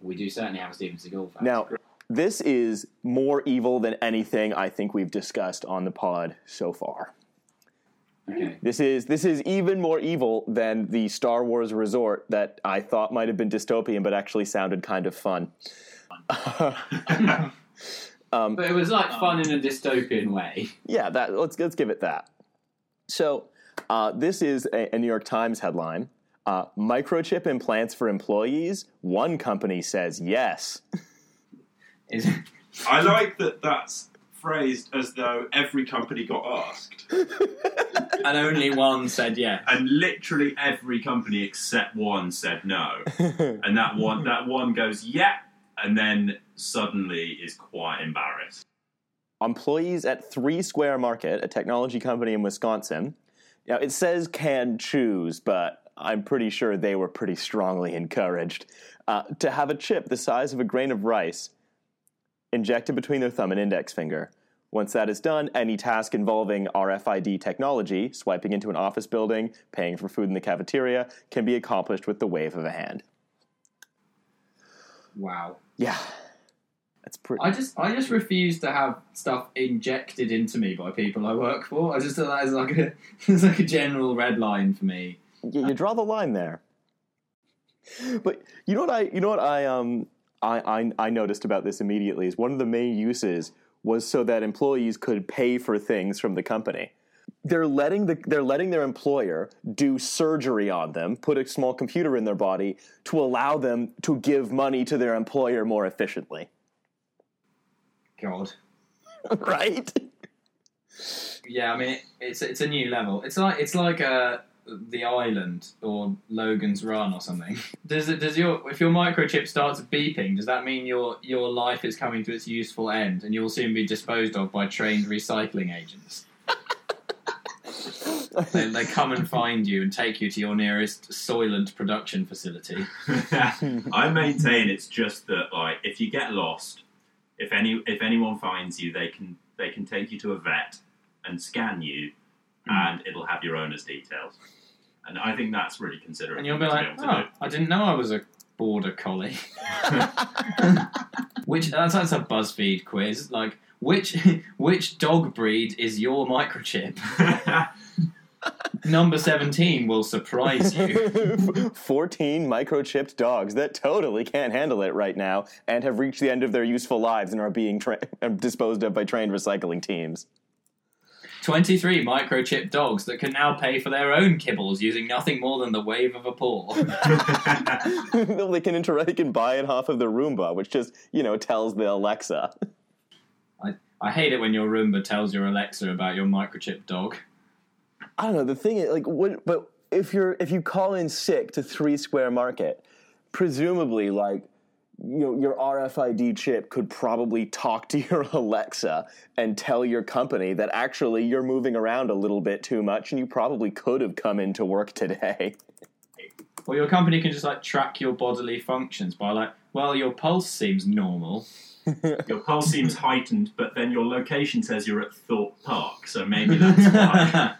Speaker 6: We do certainly have a Steven Seagal fan.
Speaker 1: Now, this is more evil than anything I think we've discussed on the pod so far.
Speaker 6: okay.
Speaker 1: This is this is even more evil than the Star Wars resort that I thought might have been dystopian, but actually sounded kind of fun.
Speaker 6: But it was like fun in a dystopian way.
Speaker 1: yeah, that let's let's give it that. So uh, this is a, a New York Times headline: uh, microchip implants for employees. One company says yes.
Speaker 6: Is
Speaker 7: I like that that's phrased as though every company got asked,
Speaker 6: and only one said yes.
Speaker 7: and literally every company except one said no. and that one, that one goes, yeah, and then suddenly is quite embarrassed.
Speaker 1: Employees at Three Square Market, a technology company in Wisconsin. Now it says can choose, but I'm pretty sure they were pretty strongly encouraged uh, to have a chip the size of a grain of rice injected between their thumb and index finger. Once that is done, any task involving RFID technology, swiping into an office building, paying for food in the cafeteria, can be accomplished with the wave of a hand.
Speaker 6: Wow.
Speaker 1: Yeah. That's pretty.
Speaker 6: I just I just refuse to have stuff injected into me by people I work for. I just thought that is like a it's like a general red line for me.
Speaker 1: you, you draw the line there. But you know what I you know what I um I, I I noticed about this immediately is one of the main uses was so that employees could pay for things from the company. They're letting the they're letting their employer do surgery on them, put a small computer in their body to allow them to give money to their employer more efficiently.
Speaker 6: God.
Speaker 1: right?
Speaker 6: Yeah, I mean it, it's it's a new level. It's like it's like uh the island or Logan's Run or something. Does it does your if your microchip starts beeping, does that mean your your life is coming to its useful end and you'll soon be disposed of by trained recycling agents? they, they come and find you and take you to your nearest Soylent production facility.
Speaker 7: I maintain it's just that, like, if you get lost, if any, if anyone finds you, they can they can take you to a vet and scan you, and it'll have your owner's details. And I think that's really considerate.
Speaker 6: And you'll
Speaker 7: to
Speaker 6: be like,
Speaker 7: able to
Speaker 6: oh, I didn't know I was a border collie. which that's, that's a BuzzFeed quiz. Like, which which dog breed is your microchip?
Speaker 7: do.
Speaker 6: "Oh." Number seventeen will surprise you.
Speaker 1: 14 microchipped dogs that totally can't handle it right now and have reached the end of their useful lives and are being tra- are disposed of by trained recycling teams.
Speaker 6: Twenty-three microchip dogs that can now pay for their own kibbles using nothing more than the wave of a paw.
Speaker 1: they can interact, they can buy it off of the Roomba, which just, you know, tells the Alexa.
Speaker 6: I, I hate it when your Roomba tells your Alexa about your microchip dog.
Speaker 1: I don't know. The thing is, like, what? But if you're if you call in sick to Three Square Market, presumably, like, you know, your RFID chip could probably talk to your Alexa and tell your company that actually you're moving around a little bit too much, and you probably could have come into work today.
Speaker 6: Or your company can just like track your bodily functions by like, well, your pulse seems normal.
Speaker 2: Your pulse seems heightened, but then your location says you're at Thorpe Park, so maybe that's why.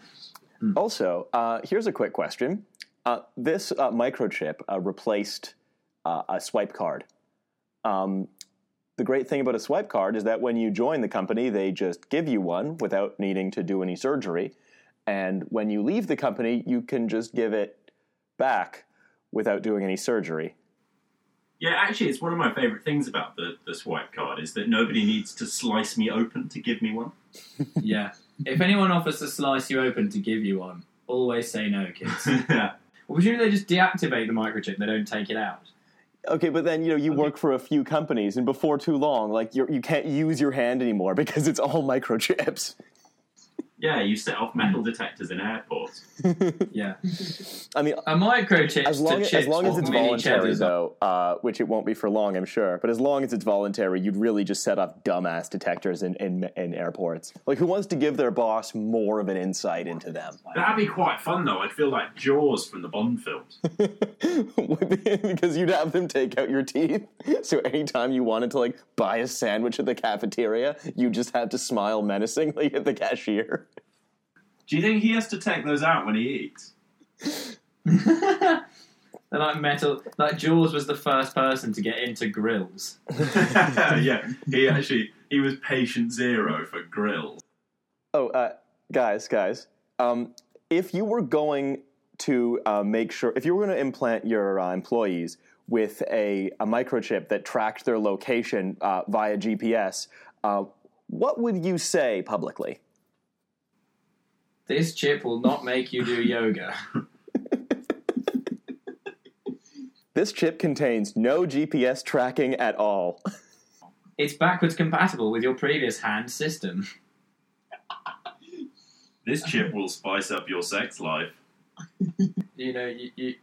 Speaker 1: Also, uh, here's a quick question. Uh, this uh, microchip uh, replaced uh, a swipe card. Um, the great thing about a swipe card is that when you join the company, they just give you one without needing to do any surgery. And when you leave the company, you can just give it back without doing any surgery.
Speaker 2: Yeah, actually, it's one of my favourite things about the, the swipe card is that nobody needs to slice me open to give me one.
Speaker 6: yeah. If anyone offers to slice you open to give you one, always say no, kids. well, presumably they just deactivate the microchip, they don't take it out.
Speaker 1: Okay, but then you know you work for a few companies, and before too long, like you're, you can't use your hand anymore because it's all microchips.
Speaker 2: yeah, you set off metal detectors in airports.
Speaker 6: Yeah.
Speaker 1: I mean,
Speaker 6: A microchip
Speaker 1: as long
Speaker 6: to
Speaker 1: as,
Speaker 6: chips
Speaker 1: long as
Speaker 6: or
Speaker 1: it's
Speaker 6: mini
Speaker 1: voluntary
Speaker 6: cheddars.
Speaker 1: though uh, which it won't be for long i'm sure but as long as it's voluntary you'd really just set up dumbass detectors in, in, in airports like who wants to give their boss more of an insight into them
Speaker 2: That'd be quite fun, though. I'd feel like Jaws from the Bond films.
Speaker 1: because you'd have them take out your teeth so anytime you wanted to like buy a sandwich at the cafeteria you just had to smile menacingly at the cashier
Speaker 10: Do you think he has to take those out when he eats?
Speaker 6: They're like metal. Like Jaws was the first person to get into grills.
Speaker 10: yeah.
Speaker 2: he actually he was patient zero for grills.
Speaker 1: Oh, uh, guys, guys. Um, if you were going to uh, make sure, if you were going to implant your uh, employees with a, a microchip that tracked their location uh, via GPS, uh, what would you say publicly?
Speaker 6: This chip will not make you do yoga.
Speaker 1: This chip contains no GPS tracking at all.
Speaker 6: It's backwards compatible with your previous hand system.
Speaker 2: This chip will spice up your sex life.
Speaker 6: You know, you, you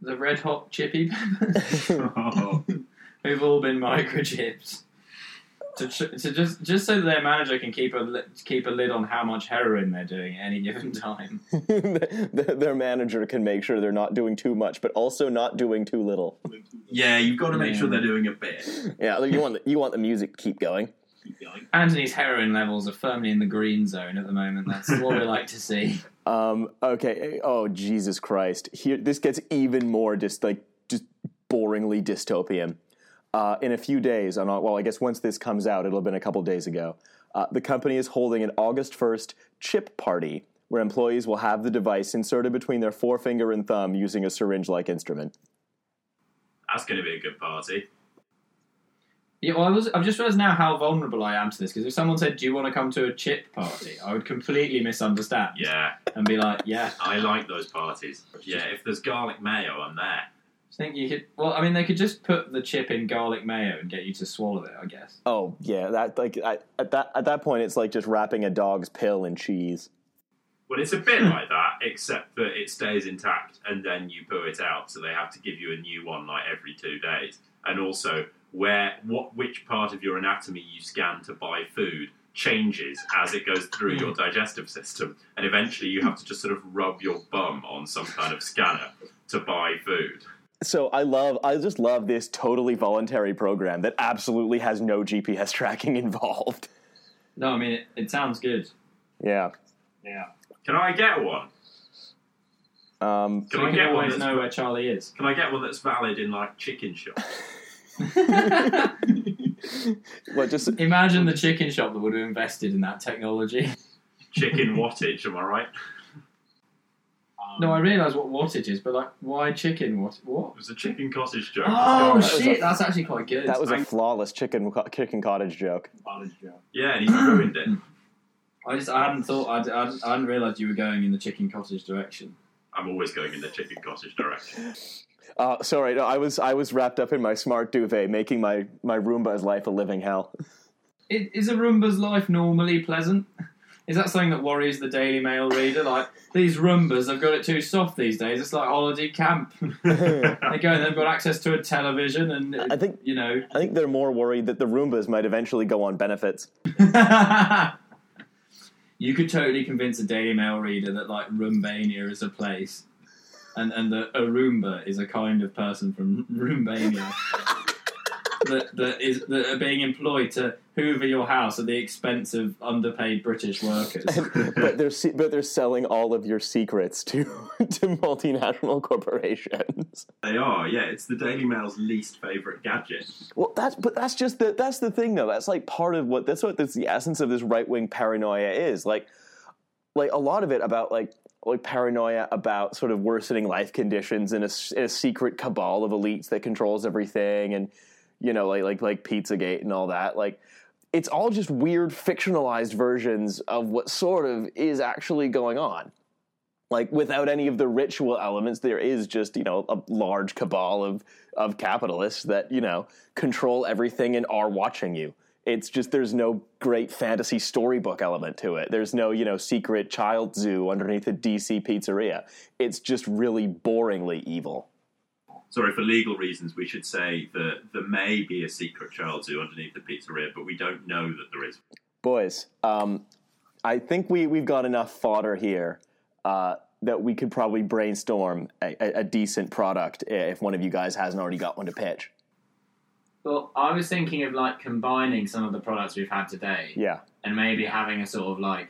Speaker 6: the red hot chippy peppers.
Speaker 2: Oh.
Speaker 6: We've all been microchipped. To, tr- to just just so their manager can keep a li- keep a lid on how much heroin they're doing at any given time.
Speaker 1: Th- Their manager can make sure they're not doing too much, but also not doing too little.
Speaker 2: yeah, you've got to make sure
Speaker 6: Yeah.
Speaker 2: they're doing a bit.
Speaker 1: Yeah, like, you want the, you want the music to keep going.
Speaker 6: Anthony's heroin levels are firmly in the green zone at the moment. That's what we like to see.
Speaker 1: Um, okay. Oh Jesus Christ! Here, this gets even more just like just boringly dystopian. Uh, in a few days, on well, I guess once this comes out, it'll have been a couple days ago. Uh, the company is holding an August first chip party where employees will have the device inserted between their forefinger and thumb using a syringe-like instrument.
Speaker 2: That's going to be a good party.
Speaker 6: Yeah, well, I was, I've just realised now how vulnerable I am to this because if someone said, "Do you want to come to a chip party?" I would completely misunderstand.
Speaker 2: Yeah,
Speaker 6: and be like, yeah.
Speaker 2: I like those parties. Yeah, if there's garlic mayo, I'm there.
Speaker 6: I think you could. Well, I mean, they could just put the chip in garlic mayo and get you to swallow it. I guess.
Speaker 1: Oh yeah, that like I, at that at that point, it's like just wrapping a dog's pill in cheese.
Speaker 2: Well, it's a bit like that, except that it stays intact and then you poo it out, so they have to give you a new one like every two days. And also, where what which part of your anatomy you scan to buy food changes as it goes through your digestive system, and eventually you have to just sort of rub your bum on some kind of scanner to buy food.
Speaker 1: So I love, I just love this totally voluntary program that absolutely has no GPS tracking involved.
Speaker 6: No, I mean, it, it sounds good.
Speaker 1: Yeah.
Speaker 2: Can I get one?
Speaker 1: Um,
Speaker 2: Can
Speaker 6: we
Speaker 2: I
Speaker 6: can
Speaker 2: get one?
Speaker 6: always
Speaker 2: That's,
Speaker 6: know where Charlie is.
Speaker 2: Can I get one that's valid in like chicken shop?
Speaker 1: well, just
Speaker 6: Imagine the chicken shop that would have invested in that technology.
Speaker 2: Chicken wattage? Am I right?
Speaker 6: No, I realise what wattage is, but like, why chicken? What? What?
Speaker 2: It was a chicken cottage joke.
Speaker 6: Oh
Speaker 1: was a-
Speaker 6: shit! That's actually quite good.
Speaker 1: that was a
Speaker 2: I-
Speaker 1: flawless chicken co- chicken cottage joke.
Speaker 2: Yeah, and he's ruined it.
Speaker 6: I just I hadn't thought I'd, I hadn't, I hadn't realised you were going in the chicken cottage direction.
Speaker 2: I'm always going in the chicken cottage direction.
Speaker 1: Uh, sorry, no, I was I was wrapped up in my smart duvet, making my my Roomba's life a living hell.
Speaker 6: i- is a Roomba's life normally pleasant? Is that something that worries the Daily Mail reader? Like these Roombas, they've got it too soft these days. It's like holiday camp. they go and they've got access to a television, and
Speaker 1: I think
Speaker 6: you know.
Speaker 1: I think they're more worried that the Roombas might eventually go on benefits.
Speaker 6: you could totally convince a Daily Mail reader that like Roombania is a place, and and that a Roomba is a kind of person from Roombania that that is that are being employed to hoover your house at the expense of underpaid British workers.
Speaker 1: but they're se- but they're selling all of your secrets to to multinational corporations.
Speaker 2: They are, yeah. It's the Daily Mail's least favourite gadget.
Speaker 1: Well, that's but that's just the that's the thing though. That's like part of what that's what that's the essence of this right wing paranoia is. Like, like a lot of it about like like paranoia about sort of worsening life conditions in a, s- in a secret cabal of elites that controls everything, and you know like like like Pizzagate and all that. Like, it's all just weird fictionalized versions of what sort of is actually going on. Like without any of the ritual elements, there is just you know a large cabal of of capitalists that you know control everything and are watching you. It's just there's no great fantasy storybook element to it. There's no you know secret child zoo underneath a DC pizzeria. It's just really boringly evil.
Speaker 2: Sorry, for legal reasons, we should say that there may be a secret child zoo underneath the pizzeria, but we don't know that there is.
Speaker 1: Boys, um, I think we we've got enough fodder here uh, that we could probably brainstorm a, a, a decent product if one of you guys hasn't already got one to pitch.
Speaker 6: Well, I was thinking of like combining some of the products we've had today
Speaker 1: Yeah.
Speaker 6: and maybe having a sort of like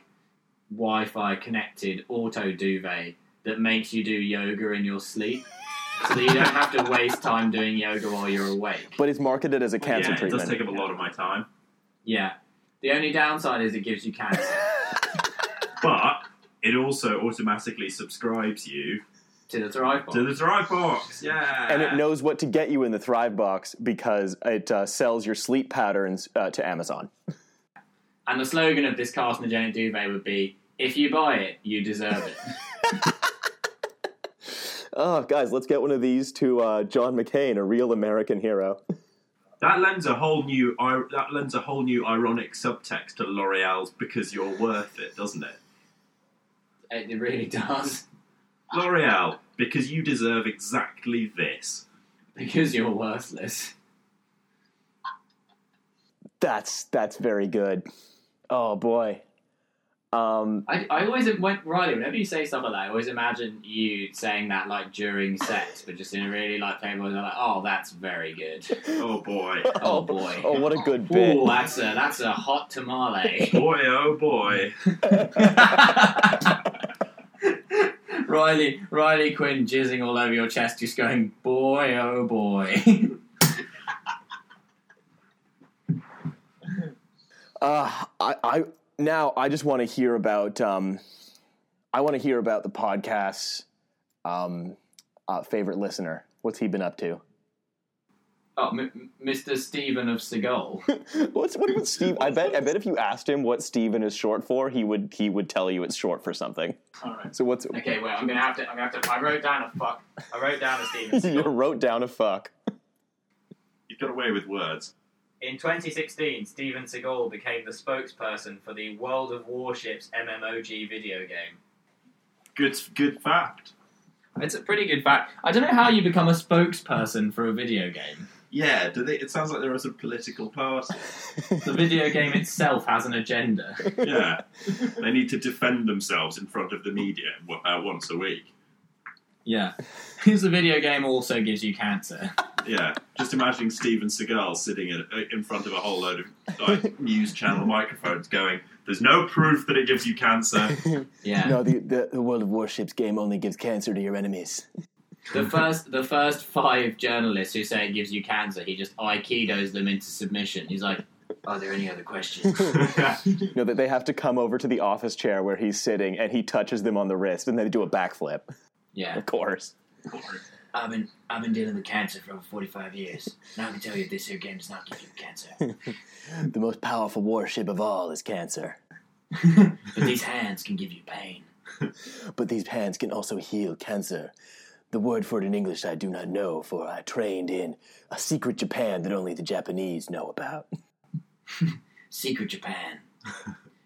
Speaker 6: Wi-Fi connected auto duvet that makes you do yoga in your sleep, so that you don't have to waste time doing yoga while you're awake.
Speaker 1: But it's marketed as a cancer
Speaker 2: yeah, it
Speaker 1: treatment.
Speaker 2: does take up a lot of my time.
Speaker 6: Yeah. The only downside is it gives you cancer
Speaker 2: But it also automatically subscribes you
Speaker 6: to the Thrive Box.
Speaker 2: to the Thrive Box. Yeah.
Speaker 1: and it knows what to get you in the Thrive Box because it uh, sells your sleep patterns uh, to Amazon.
Speaker 6: And the slogan of this carcinogenic duvet would be, "If you buy it, you deserve it."
Speaker 1: Oh, guys, let's get one of these to uh, John McCain, a real American hero.
Speaker 2: That lends a whole new ir- that lends a whole new ironic subtext to L'Oreal's because you're worth it, doesn't it?
Speaker 6: it it really does
Speaker 2: L'Oreal, because you deserve exactly this.
Speaker 6: because you're worthless.
Speaker 1: That's that's very good. Oh boy. Um,
Speaker 6: I, I always when Riley, whenever you say stuff like that, I always imagine you saying that like during sex, but just in a really like playing voice, like, oh, that's very good.
Speaker 2: Oh boy.
Speaker 6: Oh boy.
Speaker 1: oh, what a good bit.
Speaker 6: Ooh, that's a that's a hot tamale.
Speaker 2: boy, oh boy.
Speaker 6: Riley Riley Quinn jizzing all over your chest, just going, boy, oh boy.
Speaker 1: Uh, I, I now I just want to hear about um, I want to hear about the podcast's um, uh, favorite listener. What's he been up to?
Speaker 6: oh, M- Mr. Stephen of Seagull.
Speaker 1: What's what would Steve? I bet I bet if you asked him what Steven is short for, he would he would tell you it's short for something.
Speaker 11: All right.
Speaker 1: So what's
Speaker 6: Okay, wait, I'm gonna have to. I'm gonna have to. I wrote down a fuck. I wrote down a Stephen.
Speaker 1: you wrote down a fuck?
Speaker 2: You've got away with words.
Speaker 11: In 2016, Steven Seagal became the spokesperson for the World of Warships MMOG video game.
Speaker 2: Good good fact.
Speaker 6: It's a pretty good fact. I don't know how you become a spokesperson for a video game.
Speaker 2: Yeah, do they, it sounds like they're a sort of political party.
Speaker 6: The video game itself has an agenda.
Speaker 2: yeah. They need to defend themselves in front of the media w- uh, once a week.
Speaker 6: Yeah. Because the video game also gives you cancer.
Speaker 2: Yeah, just imagining Steven Seagal sitting in, uh, in front of a whole load of like, news channel microphones going, There's no proof that it gives you cancer.
Speaker 6: Yeah.
Speaker 1: No, the, the the World of Warships game only gives cancer to your enemies.
Speaker 6: The first the first five journalists who say it gives you cancer, he just Aikidos them into submission. He's like, Are there any other questions?
Speaker 1: No, that they have to come over to the office chair where he's sitting, and he touches them on the wrist, and they do a backflip.
Speaker 6: Yeah.
Speaker 1: Of course.
Speaker 6: I've been I've been dealing with cancer for over forty five years. Now I can tell you this here game does not give you cancer.
Speaker 1: The most powerful warship of all is cancer,
Speaker 6: But these hands can give you pain.
Speaker 1: but these hands can also heal cancer. The word for it in English I do not know, for I trained in a secret Japan that only the Japanese know about.
Speaker 6: Secret Japan.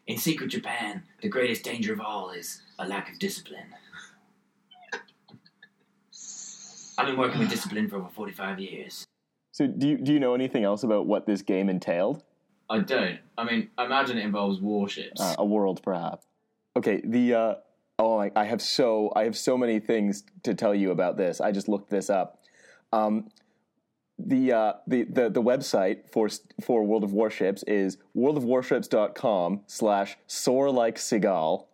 Speaker 6: In Secret Japan, the greatest danger of all is a lack of discipline. I've been working with discipline for over 45 years.
Speaker 1: So do you, do you know anything else about what this game entailed?
Speaker 6: I don't. I mean, I imagine it involves warships.
Speaker 1: Uh, a world, perhaps. Okay. The uh, oh, I, I have so I have so many things to tell you about this. I just looked this up. Um, the, uh, the the the website for for World of Warships is worldofwarships.com slash soar like Seagal.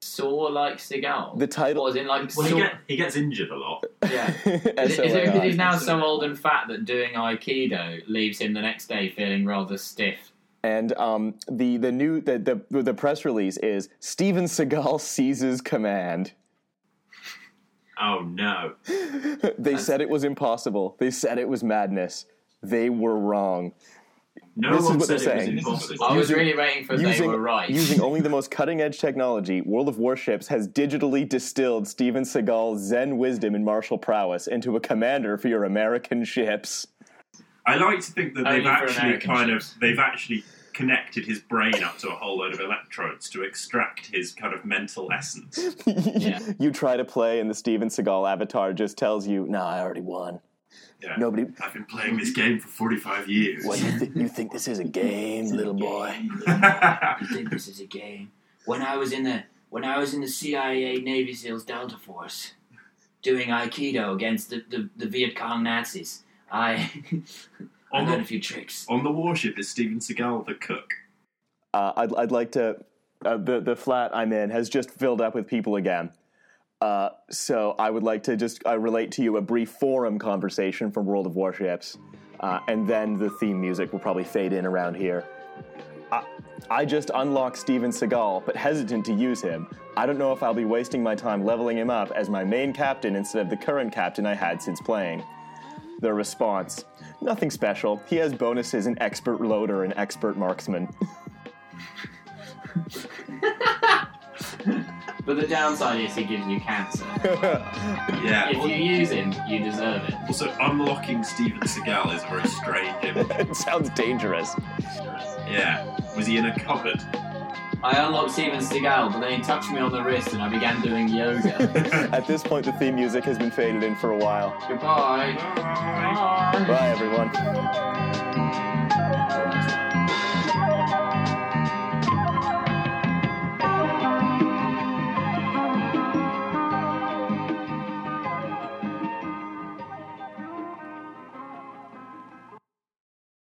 Speaker 6: Soar like Seagal.
Speaker 1: The title-
Speaker 6: What, as in like
Speaker 7: Well, he,
Speaker 6: soar-
Speaker 7: get, he gets injured a lot.
Speaker 6: Yeah. Is it, is it because he's now so old and fat that doing Aikido leaves him the next day feeling rather stiff?
Speaker 1: And um, the the new the, the the press release is Steven Seagal seizes command.
Speaker 7: Oh no!
Speaker 1: They said it was impossible. They said it was madness. They were wrong.
Speaker 7: No
Speaker 1: This is
Speaker 7: one
Speaker 1: what
Speaker 7: said
Speaker 1: they're
Speaker 7: it
Speaker 1: saying.
Speaker 7: was impossible.
Speaker 6: I was really waiting for they were right.
Speaker 1: using only the most cutting edge technology, World of Warships has digitally distilled Steven Seagal's Zen wisdom and martial prowess into a commander for your American ships.
Speaker 2: I like to think that
Speaker 6: Only
Speaker 2: they've
Speaker 6: for
Speaker 2: actually
Speaker 6: American
Speaker 2: kind
Speaker 6: ships.
Speaker 2: of they've actually connected his brain up to a whole load of electrodes to extract his kind of mental essence.
Speaker 6: Yeah.
Speaker 1: you try to play, and the Steven Seagal avatar just tells you, "Nah, I already won."
Speaker 2: Yeah.
Speaker 1: Nobody.
Speaker 2: I've been playing this game for 45 years.
Speaker 1: What you, th- you think this is a game, little boy?
Speaker 6: You think this is a game? When I was in the when I was in the CIA Navy SEALs Delta Force, doing Aikido against the, the, the Viet Cong Nazis, I I
Speaker 2: On
Speaker 6: learned a
Speaker 2: the,
Speaker 6: few tricks.
Speaker 2: on the warship is Steven Seagal the cook.
Speaker 1: Uh, I'd, I'd like to. Uh, the the flat I'm in has just filled up with people again. Uh, so I would like to just I relate to you a brief forum conversation from World of Warships, uh, and then the theme music will probably fade in around here. I, I just unlocked Steven Seagal, but hesitant to use him. I don't know if I'll be wasting my time leveling him up as my main captain instead of the current captain I had since playing. The response: Nothing special. He has bonuses in expert loader and expert marksman.
Speaker 6: But the downside is he gives you cancer.
Speaker 2: Yeah.
Speaker 6: If you use him, you deserve it.
Speaker 2: Also, unlocking Steven Seagal is a very strange image.
Speaker 1: it sounds dangerous.
Speaker 2: Yeah. Was he in a cupboard?
Speaker 6: I unlocked Steven Seagal, but then he touched me on the wrist and I began doing yoga.
Speaker 1: At this point, the theme music has been faded in for a while.
Speaker 6: Goodbye. Bye.
Speaker 1: Bye, everyone.
Speaker 6: Bye.